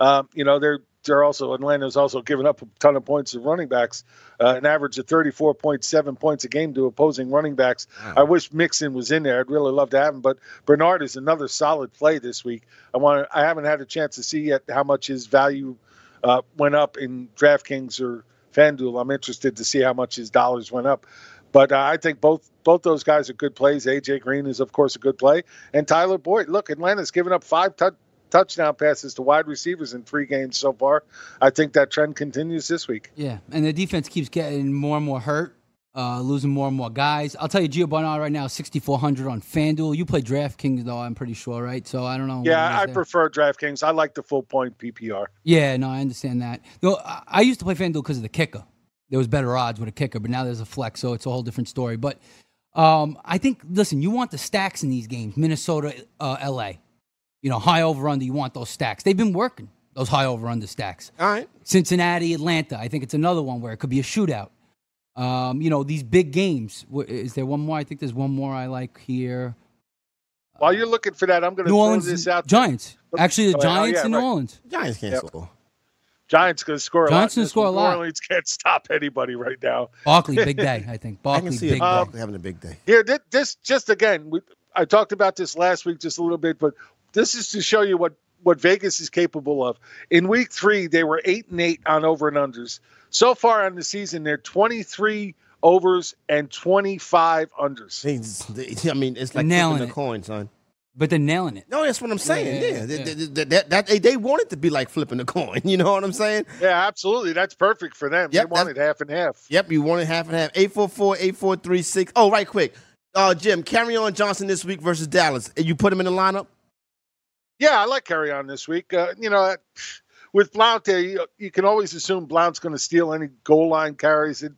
Speaker 4: Um, you know, they're they're also Atlanta's also giving up a ton of points to running backs, uh, an average of thirty four point seven points a game to opposing running backs. I wish Mixon was in there. I'd really love to have him, but Bernard is another solid play this week. I want I haven't had a chance to see yet how much his value uh, went up in DraftKings or FanDuel. I'm interested to see how much his dollars went up. But uh, I think both both those guys are good plays. AJ Green is of course a good play, and Tyler Boyd. Look, Atlanta's given up five tou- touchdown passes to wide receivers in three games so far. I think that trend continues this week.
Speaker 5: Yeah, and the defense keeps getting more and more hurt, uh, losing more and more guys. I'll tell you, Gio Bernard right now, sixty four hundred on FanDuel. You play DraftKings though, I'm pretty sure, right? So I don't know. what it
Speaker 4: Yeah,
Speaker 5: is
Speaker 4: I
Speaker 5: there.
Speaker 4: prefer DraftKings. I like the full point PPR.
Speaker 5: Yeah, no, I understand that. No, I, I used to play FanDuel because of the kicker. There was better odds with a kicker, but now there's a flex, so it's a whole different story. But um, I think, listen, you want the stacks in these games, Minnesota, uh, L.A. You know, high over under. You want those stacks. They've been working those high over under stacks.
Speaker 3: All right.
Speaker 5: Cincinnati, Atlanta. I think it's another one where it could be a shootout. Um, you know, these big games. Wh- Is there one more? I think there's one more I like here.
Speaker 4: While you're looking for that, I'm going to
Speaker 5: New
Speaker 4: throw
Speaker 5: Orleans
Speaker 4: this out. there.
Speaker 5: Giants. Actually, the
Speaker 4: Oh, yeah,
Speaker 5: Giants in New
Speaker 4: right.
Speaker 5: Orleans.
Speaker 3: Giants can't
Speaker 4: Yep.
Speaker 3: score.
Speaker 4: Giants going to score a lot.
Speaker 5: Giants gonna
Speaker 4: in this
Speaker 5: score a
Speaker 4: one.
Speaker 5: lot.
Speaker 4: New Orleans can't stop anybody right now.
Speaker 5: Barkley, big day.
Speaker 4: [laughs]
Speaker 5: I think
Speaker 3: I
Speaker 5: Barkley,
Speaker 3: can see
Speaker 5: big
Speaker 3: it.
Speaker 5: day.
Speaker 4: Um,
Speaker 3: having a big day.
Speaker 4: Here, thi- this just again, we, I talked about this last week just a little bit, but this is to show you what what Vegas is capable of. In week three, they were eight and eight on over and unders. So far on the season, they're twenty three overs and twenty five unders.
Speaker 3: They- they- I mean, it's like
Speaker 5: Nailing
Speaker 3: flipping a
Speaker 5: it.
Speaker 3: coin, son.
Speaker 5: but they're nailing it.
Speaker 3: No, that's what I'm saying.
Speaker 5: yeah,
Speaker 3: Yeah,
Speaker 5: yeah.
Speaker 3: They, they, they- that- that- they- they want it to be like flipping a [laughs] coin. You know what I'm saying?
Speaker 4: Yeah, absolutely. That's perfect for them.
Speaker 3: Yep,
Speaker 4: they wanted half and half.
Speaker 3: Yep, you want it half and half. 844-8436. Oh, right quick. Uh, Jim, carry on Johnson this week versus Dallas. And You put him in the lineup?
Speaker 4: Yeah, I like carry on this week. Uh, you know, with Blount there, you, you can always assume Blount's going to steal any goal line carries. It,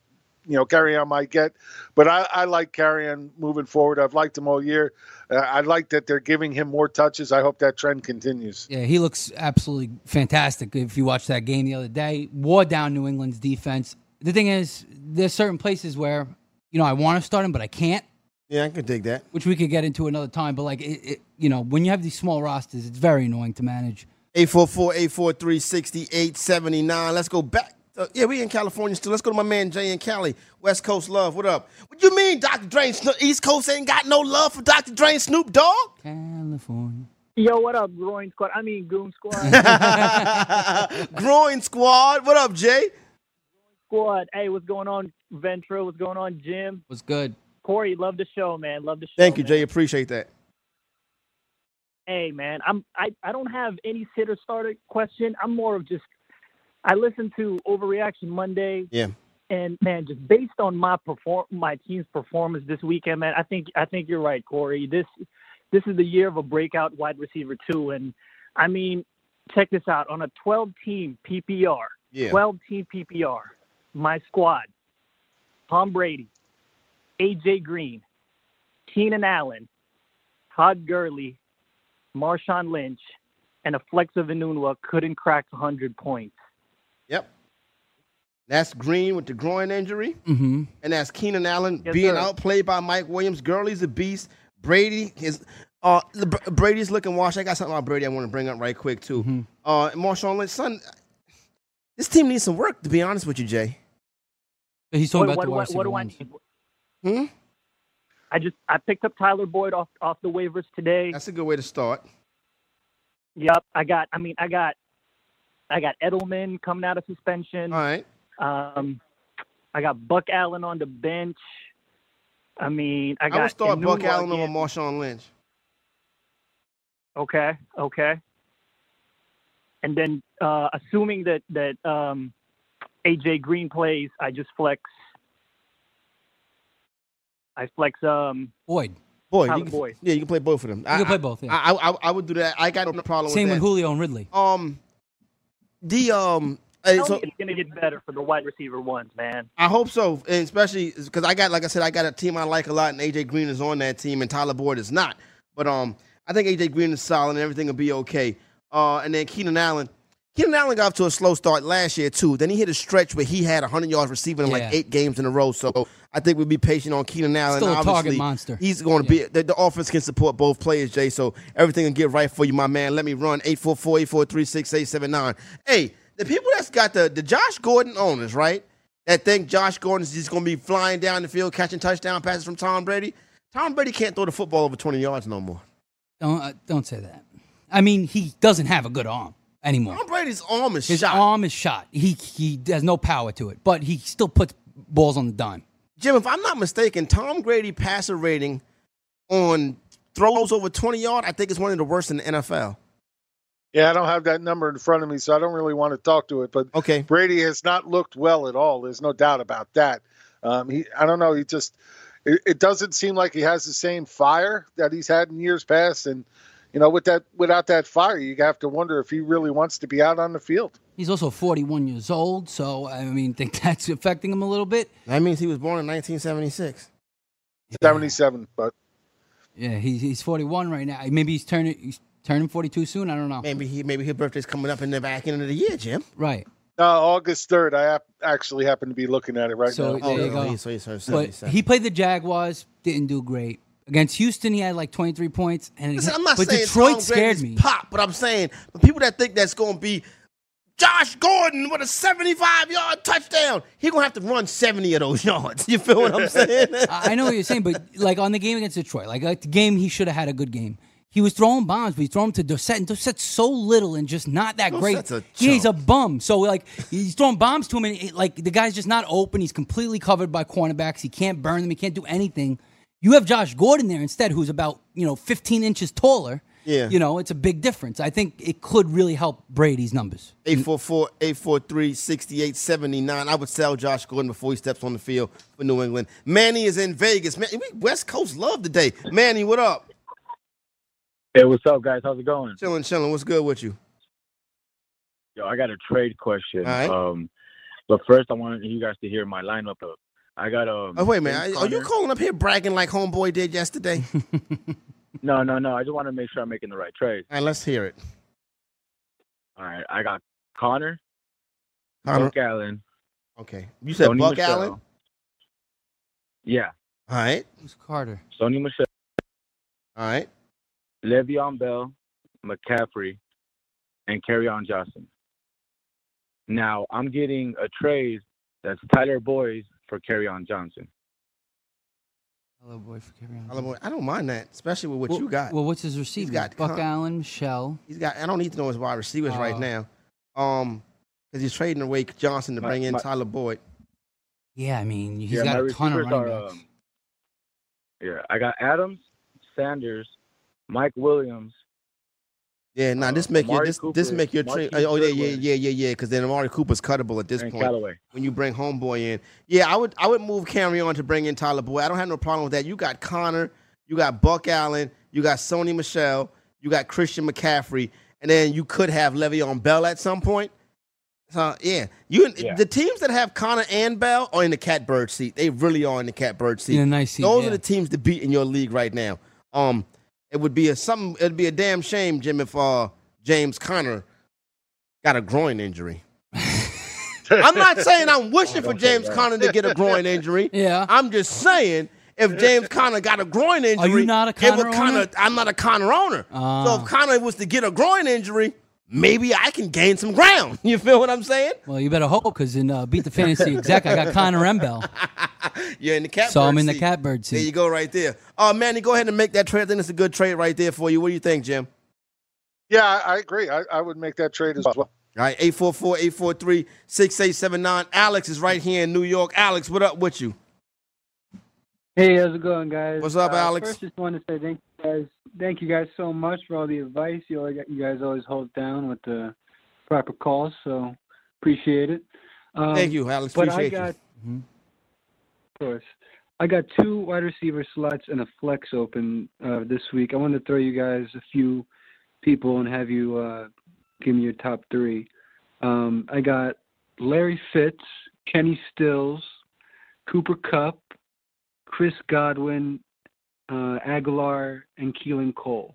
Speaker 4: you know Carrion might get. But I, I like Carrion moving forward. I've liked him all year. Uh, I like that they're giving him more touches. I hope that trend continues.
Speaker 5: Yeah, he looks absolutely fantastic. If you watch that game the other day, wore down New England's defense. The thing is, there's certain places where you know I want to start him, but I can't.
Speaker 3: Yeah, I can dig that.
Speaker 5: Which we could get into another time. But like, it, it, you know, when you have these small rosters, it's very annoying to manage.
Speaker 3: 844-843-6879. Let's go back. Uh, yeah, we in California still. Let's go to my man Jay in Cali. West Coast love. What up? What you mean, Dr. Drain? Sno- East Coast ain't got no love for Dr. Drain Snoop Dogg? [laughs]
Speaker 5: California.
Speaker 8: Yo, what up, groin squad? I mean, goon
Speaker 5: [laughs]
Speaker 8: squad.
Speaker 3: Groin Squad. What up, Jay?
Speaker 8: squad. Hey, what's going on, Ventra? What's going on, Jim?
Speaker 5: Was good.
Speaker 8: Corey, love the show, man. Love the show.
Speaker 3: Thank you,
Speaker 8: man.
Speaker 3: Jay. Appreciate that.
Speaker 8: Hey, man, I'm I, I don't have any sitter starter question. I'm more of just I listened to Overreaction Monday.
Speaker 3: Yeah.
Speaker 8: And man, just based on my perform my team's performance this weekend, man, I think I think you're right, Corey. This this is the year of a breakout wide receiver too. And I mean, check this out on a 12 team PPR.
Speaker 3: Yeah.
Speaker 8: 12 team PPR. My squad: Tom Brady, AJ Green, Keenan Allen, Todd Gurley, Marshawn Lynch, and a flex of Inunua couldn't crack 100 points.
Speaker 3: Yep. That's Green with the groin injury.
Speaker 5: Mm-hmm.
Speaker 3: And that's Keenan Allen
Speaker 8: Yes,
Speaker 3: being
Speaker 8: sir.
Speaker 3: outplayed by Mike Williams. Gurley's a beast. Brady is uh the- Brady's looking washed. I got something about Brady I want to bring up right quick too. Uh Marshawn Lynch, son, this team needs some work, to be honest with you, Jay.
Speaker 5: But he's talking
Speaker 8: what,
Speaker 5: about
Speaker 8: what,
Speaker 5: the wide
Speaker 8: what, what
Speaker 5: receiver
Speaker 8: do I
Speaker 5: ones.
Speaker 8: need?
Speaker 3: Hmm?
Speaker 8: I just I picked up Tyler Boyd off off the waivers today.
Speaker 3: That's a good way to start.
Speaker 8: Yep, I got. I mean, I got. I got Edelman coming out of suspension.
Speaker 3: All right.
Speaker 8: Um, I got Buck Allen on the bench. I mean, I
Speaker 3: I,
Speaker 8: got.
Speaker 3: would start Buck
Speaker 8: Enunwa
Speaker 3: Allen over
Speaker 8: again.
Speaker 3: Marshawn Lynch.
Speaker 8: Okay, okay. And then, uh, assuming that that um, AJ Green plays, I just flex. I flex. Um,
Speaker 5: Boyd.
Speaker 3: Boy,
Speaker 8: Tyler
Speaker 3: you can,
Speaker 8: Boyd.
Speaker 3: yeah, you can play both of them. You
Speaker 5: can play both, yeah.
Speaker 3: I, I, I would do that. I got no problem
Speaker 5: Same
Speaker 3: with
Speaker 5: with
Speaker 3: that.
Speaker 5: Julio and Ridley.
Speaker 3: Um, the um, uh, so-
Speaker 8: it's gonna get better for the wide receiver ones, man.
Speaker 3: I hope so, and especially because I got, like I said, I got a team I like a lot, and AJ Green is on that team, and Tyler Boyd is not. But um, I think AJ Green is solid, and everything will be okay. Uh, and then Keenan Allen, Keenan Allen got off to a slow start last year too. Then he hit a stretch where he had 100 yards receiving in
Speaker 5: Yeah.
Speaker 3: like eight games in a row. So I think we'll be patient on Keenan Allen.
Speaker 5: Still a target
Speaker 3: Obviously,
Speaker 5: monster.
Speaker 3: He's going to be the, the offense can support both players, Jay. So everything will get right for you, my man. Let me run 844-843-6879. Hey, the people that's got the the Josh Gordon owners, right? That think Josh Gordon is just going to be flying down the field catching touchdown passes from Tom Brady. Tom Brady can't throw the football over 20 yards no more.
Speaker 5: Don't uh, don't say that. I mean, he doesn't have a good arm anymore.
Speaker 3: Tom Brady's arm is
Speaker 5: His
Speaker 3: shot.
Speaker 5: arm is shot. He he has no power to it, but he still puts balls on the dime.
Speaker 3: Jim, if I'm not mistaken, Tom Brady passer rating on throws over 20 yard, I think it's one of the worst in the NFL.
Speaker 4: Yeah, I don't have that number in front of me, so I don't really want to talk to it. But
Speaker 3: Okay.
Speaker 4: Brady has not looked well at all. There's no doubt about that. Um, he, I don't know. He just, it, it doesn't seem like he has the same fire that he's had in years past. And you know, with that, without that fire, you have to wonder if he really wants to be out on the field.
Speaker 5: He's also 41 years old, so I mean, [laughs] think that's affecting him a little bit.
Speaker 3: That means he was born in 1976.
Speaker 4: Seventy-seven, but
Speaker 5: Yeah, he's he's 41 right now. Maybe he's turning he's turning 42 soon. I don't know.
Speaker 3: Maybe he maybe his birthday's coming up in the back end of the year, Jim.
Speaker 5: Right.
Speaker 4: no, August third. I hap- actually happen to be looking at it right
Speaker 5: So-
Speaker 4: now.
Speaker 5: There you go.
Speaker 3: He, so he turned
Speaker 5: But
Speaker 3: 77.
Speaker 5: he played the Jaguars, didn't do great. Against Houston, he had like 23 points. And
Speaker 3: Listen, I'm not
Speaker 5: but
Speaker 3: saying
Speaker 5: Detroit
Speaker 3: Tom
Speaker 5: scared
Speaker 3: Brady's
Speaker 5: me.
Speaker 3: pop, but I'm saying the people that think that's going to be Josh Gordon with a 75 yard touchdown, he going to have to run 70 of those [laughs] yards. You feel what
Speaker 5: [laughs]
Speaker 3: I'm saying?
Speaker 5: I I know what you're saying, but like on the game against Detroit, like, like the game he should have had a good game. He was throwing bombs, but he threw them to Dorsett, and Dorsett's so little and just not that great.
Speaker 3: Dorsett's a
Speaker 5: yeah, he's a
Speaker 3: chump.
Speaker 5: bum. So like he's throwing bombs to him, and it, like the guy's just not open. He's completely covered by cornerbacks. He can't burn them. He can't do anything. You have Josh Gordon there instead, who's about you know 15 inches taller.
Speaker 3: Yeah.
Speaker 5: you know it's a big difference. I think it could really help Brady's numbers.
Speaker 3: 844-843-6879. I would sell Josh Gordon before he steps on the field for New England. Manny is in Vegas. Man, we West Coast love today. Manny, what up?
Speaker 9: Hey, what's up, guys? How's it going?
Speaker 3: Chilling, chilling. What's good with you?
Speaker 9: Yo, I got a trade question.
Speaker 3: All right.
Speaker 9: Um, but first, I wanted you guys to hear my lineup of I got um.
Speaker 3: Oh, wait a minute.
Speaker 9: James
Speaker 3: Are you
Speaker 9: Conner.
Speaker 3: calling up here bragging like homeboy did
Speaker 5: [laughs]
Speaker 3: yesterday?
Speaker 9: No, no, no. I just want to make sure I'm making the right trade.
Speaker 3: All right, let's hear it.
Speaker 9: All right, I got Connor,
Speaker 3: Connor-
Speaker 9: Buck Allen.
Speaker 3: Okay. You said
Speaker 9: Sony
Speaker 3: Buck
Speaker 9: Michelle.
Speaker 3: Allen? All
Speaker 9: Yeah,
Speaker 3: right.
Speaker 5: Who's Carter?
Speaker 9: Sony Michelle,
Speaker 3: All right.
Speaker 9: Le'Veon Bell, McCaffrey, and on Johnson. Now I'm getting a trade that's Tyler Boys for on Johnson.
Speaker 5: Hello, boy, for carry on.
Speaker 3: Hello, boy. I don't mind that, especially with what
Speaker 5: Well-
Speaker 3: you got.
Speaker 5: Well, what's his receiver?
Speaker 3: got
Speaker 5: Buck
Speaker 3: Con-
Speaker 5: Allen, Michelle.
Speaker 3: He's got. I don't need to know his wide receivers right
Speaker 5: Uh,
Speaker 3: now, um, because he's trading away Johnson to
Speaker 9: My-
Speaker 3: bring in
Speaker 9: my-
Speaker 3: Tyler Boyd.
Speaker 5: Yeah, I mean, he's
Speaker 9: yeah,
Speaker 5: got
Speaker 9: my
Speaker 5: a ton of
Speaker 9: receivers
Speaker 5: running
Speaker 9: are,
Speaker 5: backs.
Speaker 9: um, yeah, I got Adams, Sanders, Mike Williams.
Speaker 3: Yeah, nah,
Speaker 9: Uh,
Speaker 3: this make your
Speaker 9: Amari
Speaker 3: this this
Speaker 9: Cooper,
Speaker 3: make your trade.
Speaker 9: Marquise
Speaker 3: Oh yeah, yeah,
Speaker 9: Goodwin.
Speaker 3: yeah, yeah, yeah. Because then Amari Cooper's cuttable at this
Speaker 9: And
Speaker 3: point.
Speaker 9: Callaway.
Speaker 3: When you bring Homeboy in, yeah, I would I would move Carry on to bring in Tyler Boyd. I don't have no problem with that. You got Connor, you got Buck Allen, you got Sony Michelle, you got Christian McCaffrey, and then you could have Le'Veon Bell at some point. So yeah, you
Speaker 9: Yeah.
Speaker 3: the teams that have Connor and Bell are in the catbird seat. They really are in the catbird seat.
Speaker 5: In a nice seat,
Speaker 3: Those
Speaker 5: yeah.
Speaker 3: are the teams to beat in your league right now. Um, it would be a something. It'd be a damn shame, Jim, if uh James Connor got a groin injury. I'm not saying I'm wishing for James Connor to get a groin injury.
Speaker 5: [laughs] Yeah.
Speaker 3: I'm just saying if James Connor got a groin injury,
Speaker 5: you not a
Speaker 3: it would
Speaker 5: Connor
Speaker 3: kinda-
Speaker 5: owner?
Speaker 3: I'm not a Connor owner.
Speaker 5: Ah.
Speaker 3: So if Connor was to get a groin injury, maybe I can gain some ground. [laughs] You feel what I'm saying?
Speaker 5: Well, you better hope because in uh, Beat the Fantasy Exec, I got Connor Embell.
Speaker 3: You're in the catbird.
Speaker 5: So I'm in the
Speaker 3: seat.
Speaker 5: catbird
Speaker 3: There you
Speaker 5: seat.
Speaker 3: go, right there. Oh, Manny, go ahead and make that trade. I think it's a good trade right there for you. What do you think, Jim?
Speaker 4: Yeah, I, I agree. I, I would make that trade as well.
Speaker 3: All right, 844-843-6879. Alex is right here in New York. Alex, what up with you?
Speaker 10: Hey, how's it going, guys?
Speaker 3: What's up,
Speaker 10: Uh,
Speaker 3: Alex?
Speaker 10: First, just want to say thank you guys. Thank you guys so much for all the advice. You all, you guys always hold down with the proper calls, so appreciate it. Um,
Speaker 3: Thank you, Alex.
Speaker 10: But
Speaker 3: Appreciate
Speaker 10: I got,
Speaker 5: Mhm.
Speaker 10: of course, I got two wide receiver slots and a flex open uh, this week. I wanted to throw you guys a few people and have you uh, give me your top three. Um, I got Larry Fitz, Kenny Stills, Cooper Cup, Chris Godwin, uh, Aguilar, and Keelan Cole.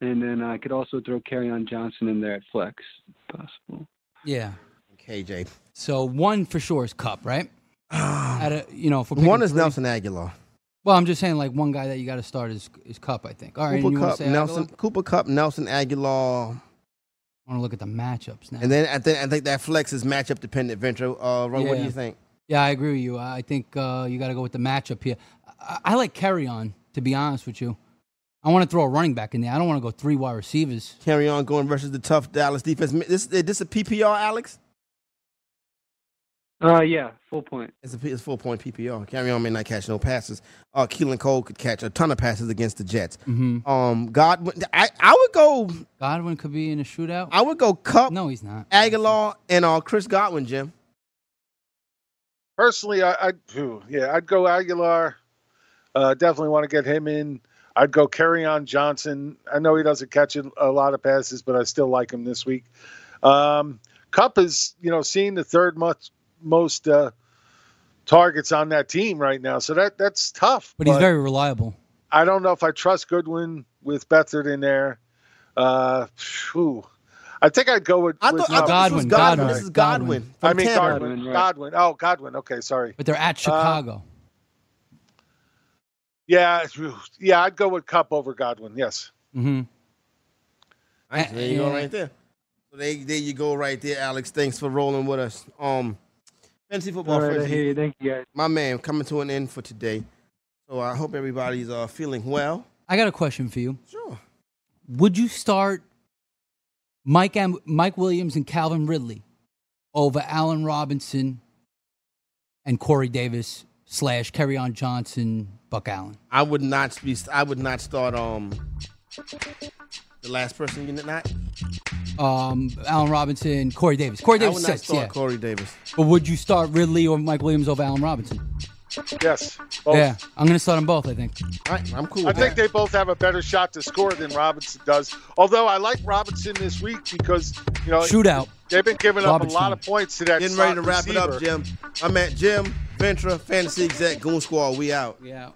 Speaker 10: And then I could also throw on Johnson in there at flex, if possible.
Speaker 5: Yeah.
Speaker 3: you. KJ.
Speaker 5: So one for sure is Cup, right? At a, you know, for
Speaker 3: One is Nelson Aguilar.
Speaker 5: Well, I'm just saying, like one guy that you got to start is is Cup. I think. All right, and
Speaker 3: Cooper
Speaker 5: you want
Speaker 3: Cup,
Speaker 5: to say
Speaker 3: Nelson,
Speaker 5: Aguilar?
Speaker 3: Cooper Cup, Nelson Aguilar.
Speaker 5: I want to look at the matchups now.
Speaker 3: And then I think I think that flex is matchup dependent. Venture, uh, Ron, what do
Speaker 5: Yeah.
Speaker 3: you think?
Speaker 5: yeah, I agree with you. I I think uh, you got to go with the matchup here. I, I like carry on. To be honest with you, I want to throw a running back in there. I don't want to go three wide receivers.
Speaker 3: Carry on going versus the tough Dallas defense. This is this a PPR, Alex?
Speaker 10: Uh, yeah, full point.
Speaker 3: It's a P- it's full point PPR. Carry on may not catch no passes. Uh, Keelan Cole could catch a ton of passes against the Jets.
Speaker 5: Mm-hmm.
Speaker 3: Um, Godwin, I, I would go
Speaker 5: Godwin could be in a shootout.
Speaker 3: I would go Cup,
Speaker 5: no, he's not.
Speaker 3: Aguilar, and uh, Chris Godwin, Jim.
Speaker 4: Personally, I, I'd phew, yeah, I'd go Aguilar. Uh, definitely want to get him in. I'd go carry on Johnson. I know he doesn't catch a a lot of passes, but I still like him this week. Um, Cup is, you know, seeing the third most most uh, targets on that team right now, so that that's tough.
Speaker 5: But he's very reliable.
Speaker 4: I don't know if I trust Goodwin with Bethard in there. Uh, phew. I think I'd go with.
Speaker 3: I
Speaker 4: with
Speaker 3: thought, I thought this was
Speaker 5: Godwin,
Speaker 3: Godwin.
Speaker 5: Godwin.
Speaker 3: This is Godwin.
Speaker 5: Godwin.
Speaker 3: from
Speaker 4: I mean
Speaker 3: Tampa.
Speaker 4: Godwin. Godwin,
Speaker 10: Godwin, right.
Speaker 4: Oh, Godwin. Okay, sorry.
Speaker 5: But they're
Speaker 3: Uh,
Speaker 5: at Chicago.
Speaker 4: Yeah, phew. yeah. I'd go with Cup over Godwin. Yes.
Speaker 3: mm-hmm.
Speaker 5: hmm
Speaker 3: Nice. There you go,
Speaker 5: Yeah.
Speaker 3: right there. So they, there you go, right there, Alex. Thanks for rolling with us. Um, fantasy football
Speaker 10: All right, I
Speaker 3: frenzy.
Speaker 10: hear you. Thank you guys.
Speaker 3: my man, coming to an end for today. So I hope everybody's uh, feeling well.
Speaker 5: I got a question for you.
Speaker 3: Sure.
Speaker 5: Would you start Mike Am- Mike Williams and Calvin Ridley over Allen Robinson and Corey Davis slash Carry On Johnson Buck Allen?
Speaker 3: I would not be. I would not start. Um, the last person you did not.
Speaker 5: Um, Allen Robinson, Corey Davis. Corey
Speaker 3: I
Speaker 5: Davis
Speaker 3: would not
Speaker 5: sits,
Speaker 3: start
Speaker 5: yeah.
Speaker 3: Corey Davis.
Speaker 5: but would you start Ridley or Mike Williams over Allen Robinson?
Speaker 4: Yes. Both.
Speaker 5: Yeah, I'm gonna start them both. I think.
Speaker 3: All right, I'm cool.
Speaker 4: I
Speaker 3: With
Speaker 4: think
Speaker 3: that.
Speaker 4: they both have a better shot to score than Robinson does. Although I like Robinson this week because you know
Speaker 5: Shootout.
Speaker 4: they've been giving up a
Speaker 5: Robinson.
Speaker 4: lot of points to that.
Speaker 3: Getting ready to
Speaker 4: slot
Speaker 3: wrap it up,
Speaker 4: receiver.
Speaker 3: Jim. I'm at Jim. Ventra, Fantasy Exec, Goon Squad, we out.
Speaker 5: Yeah.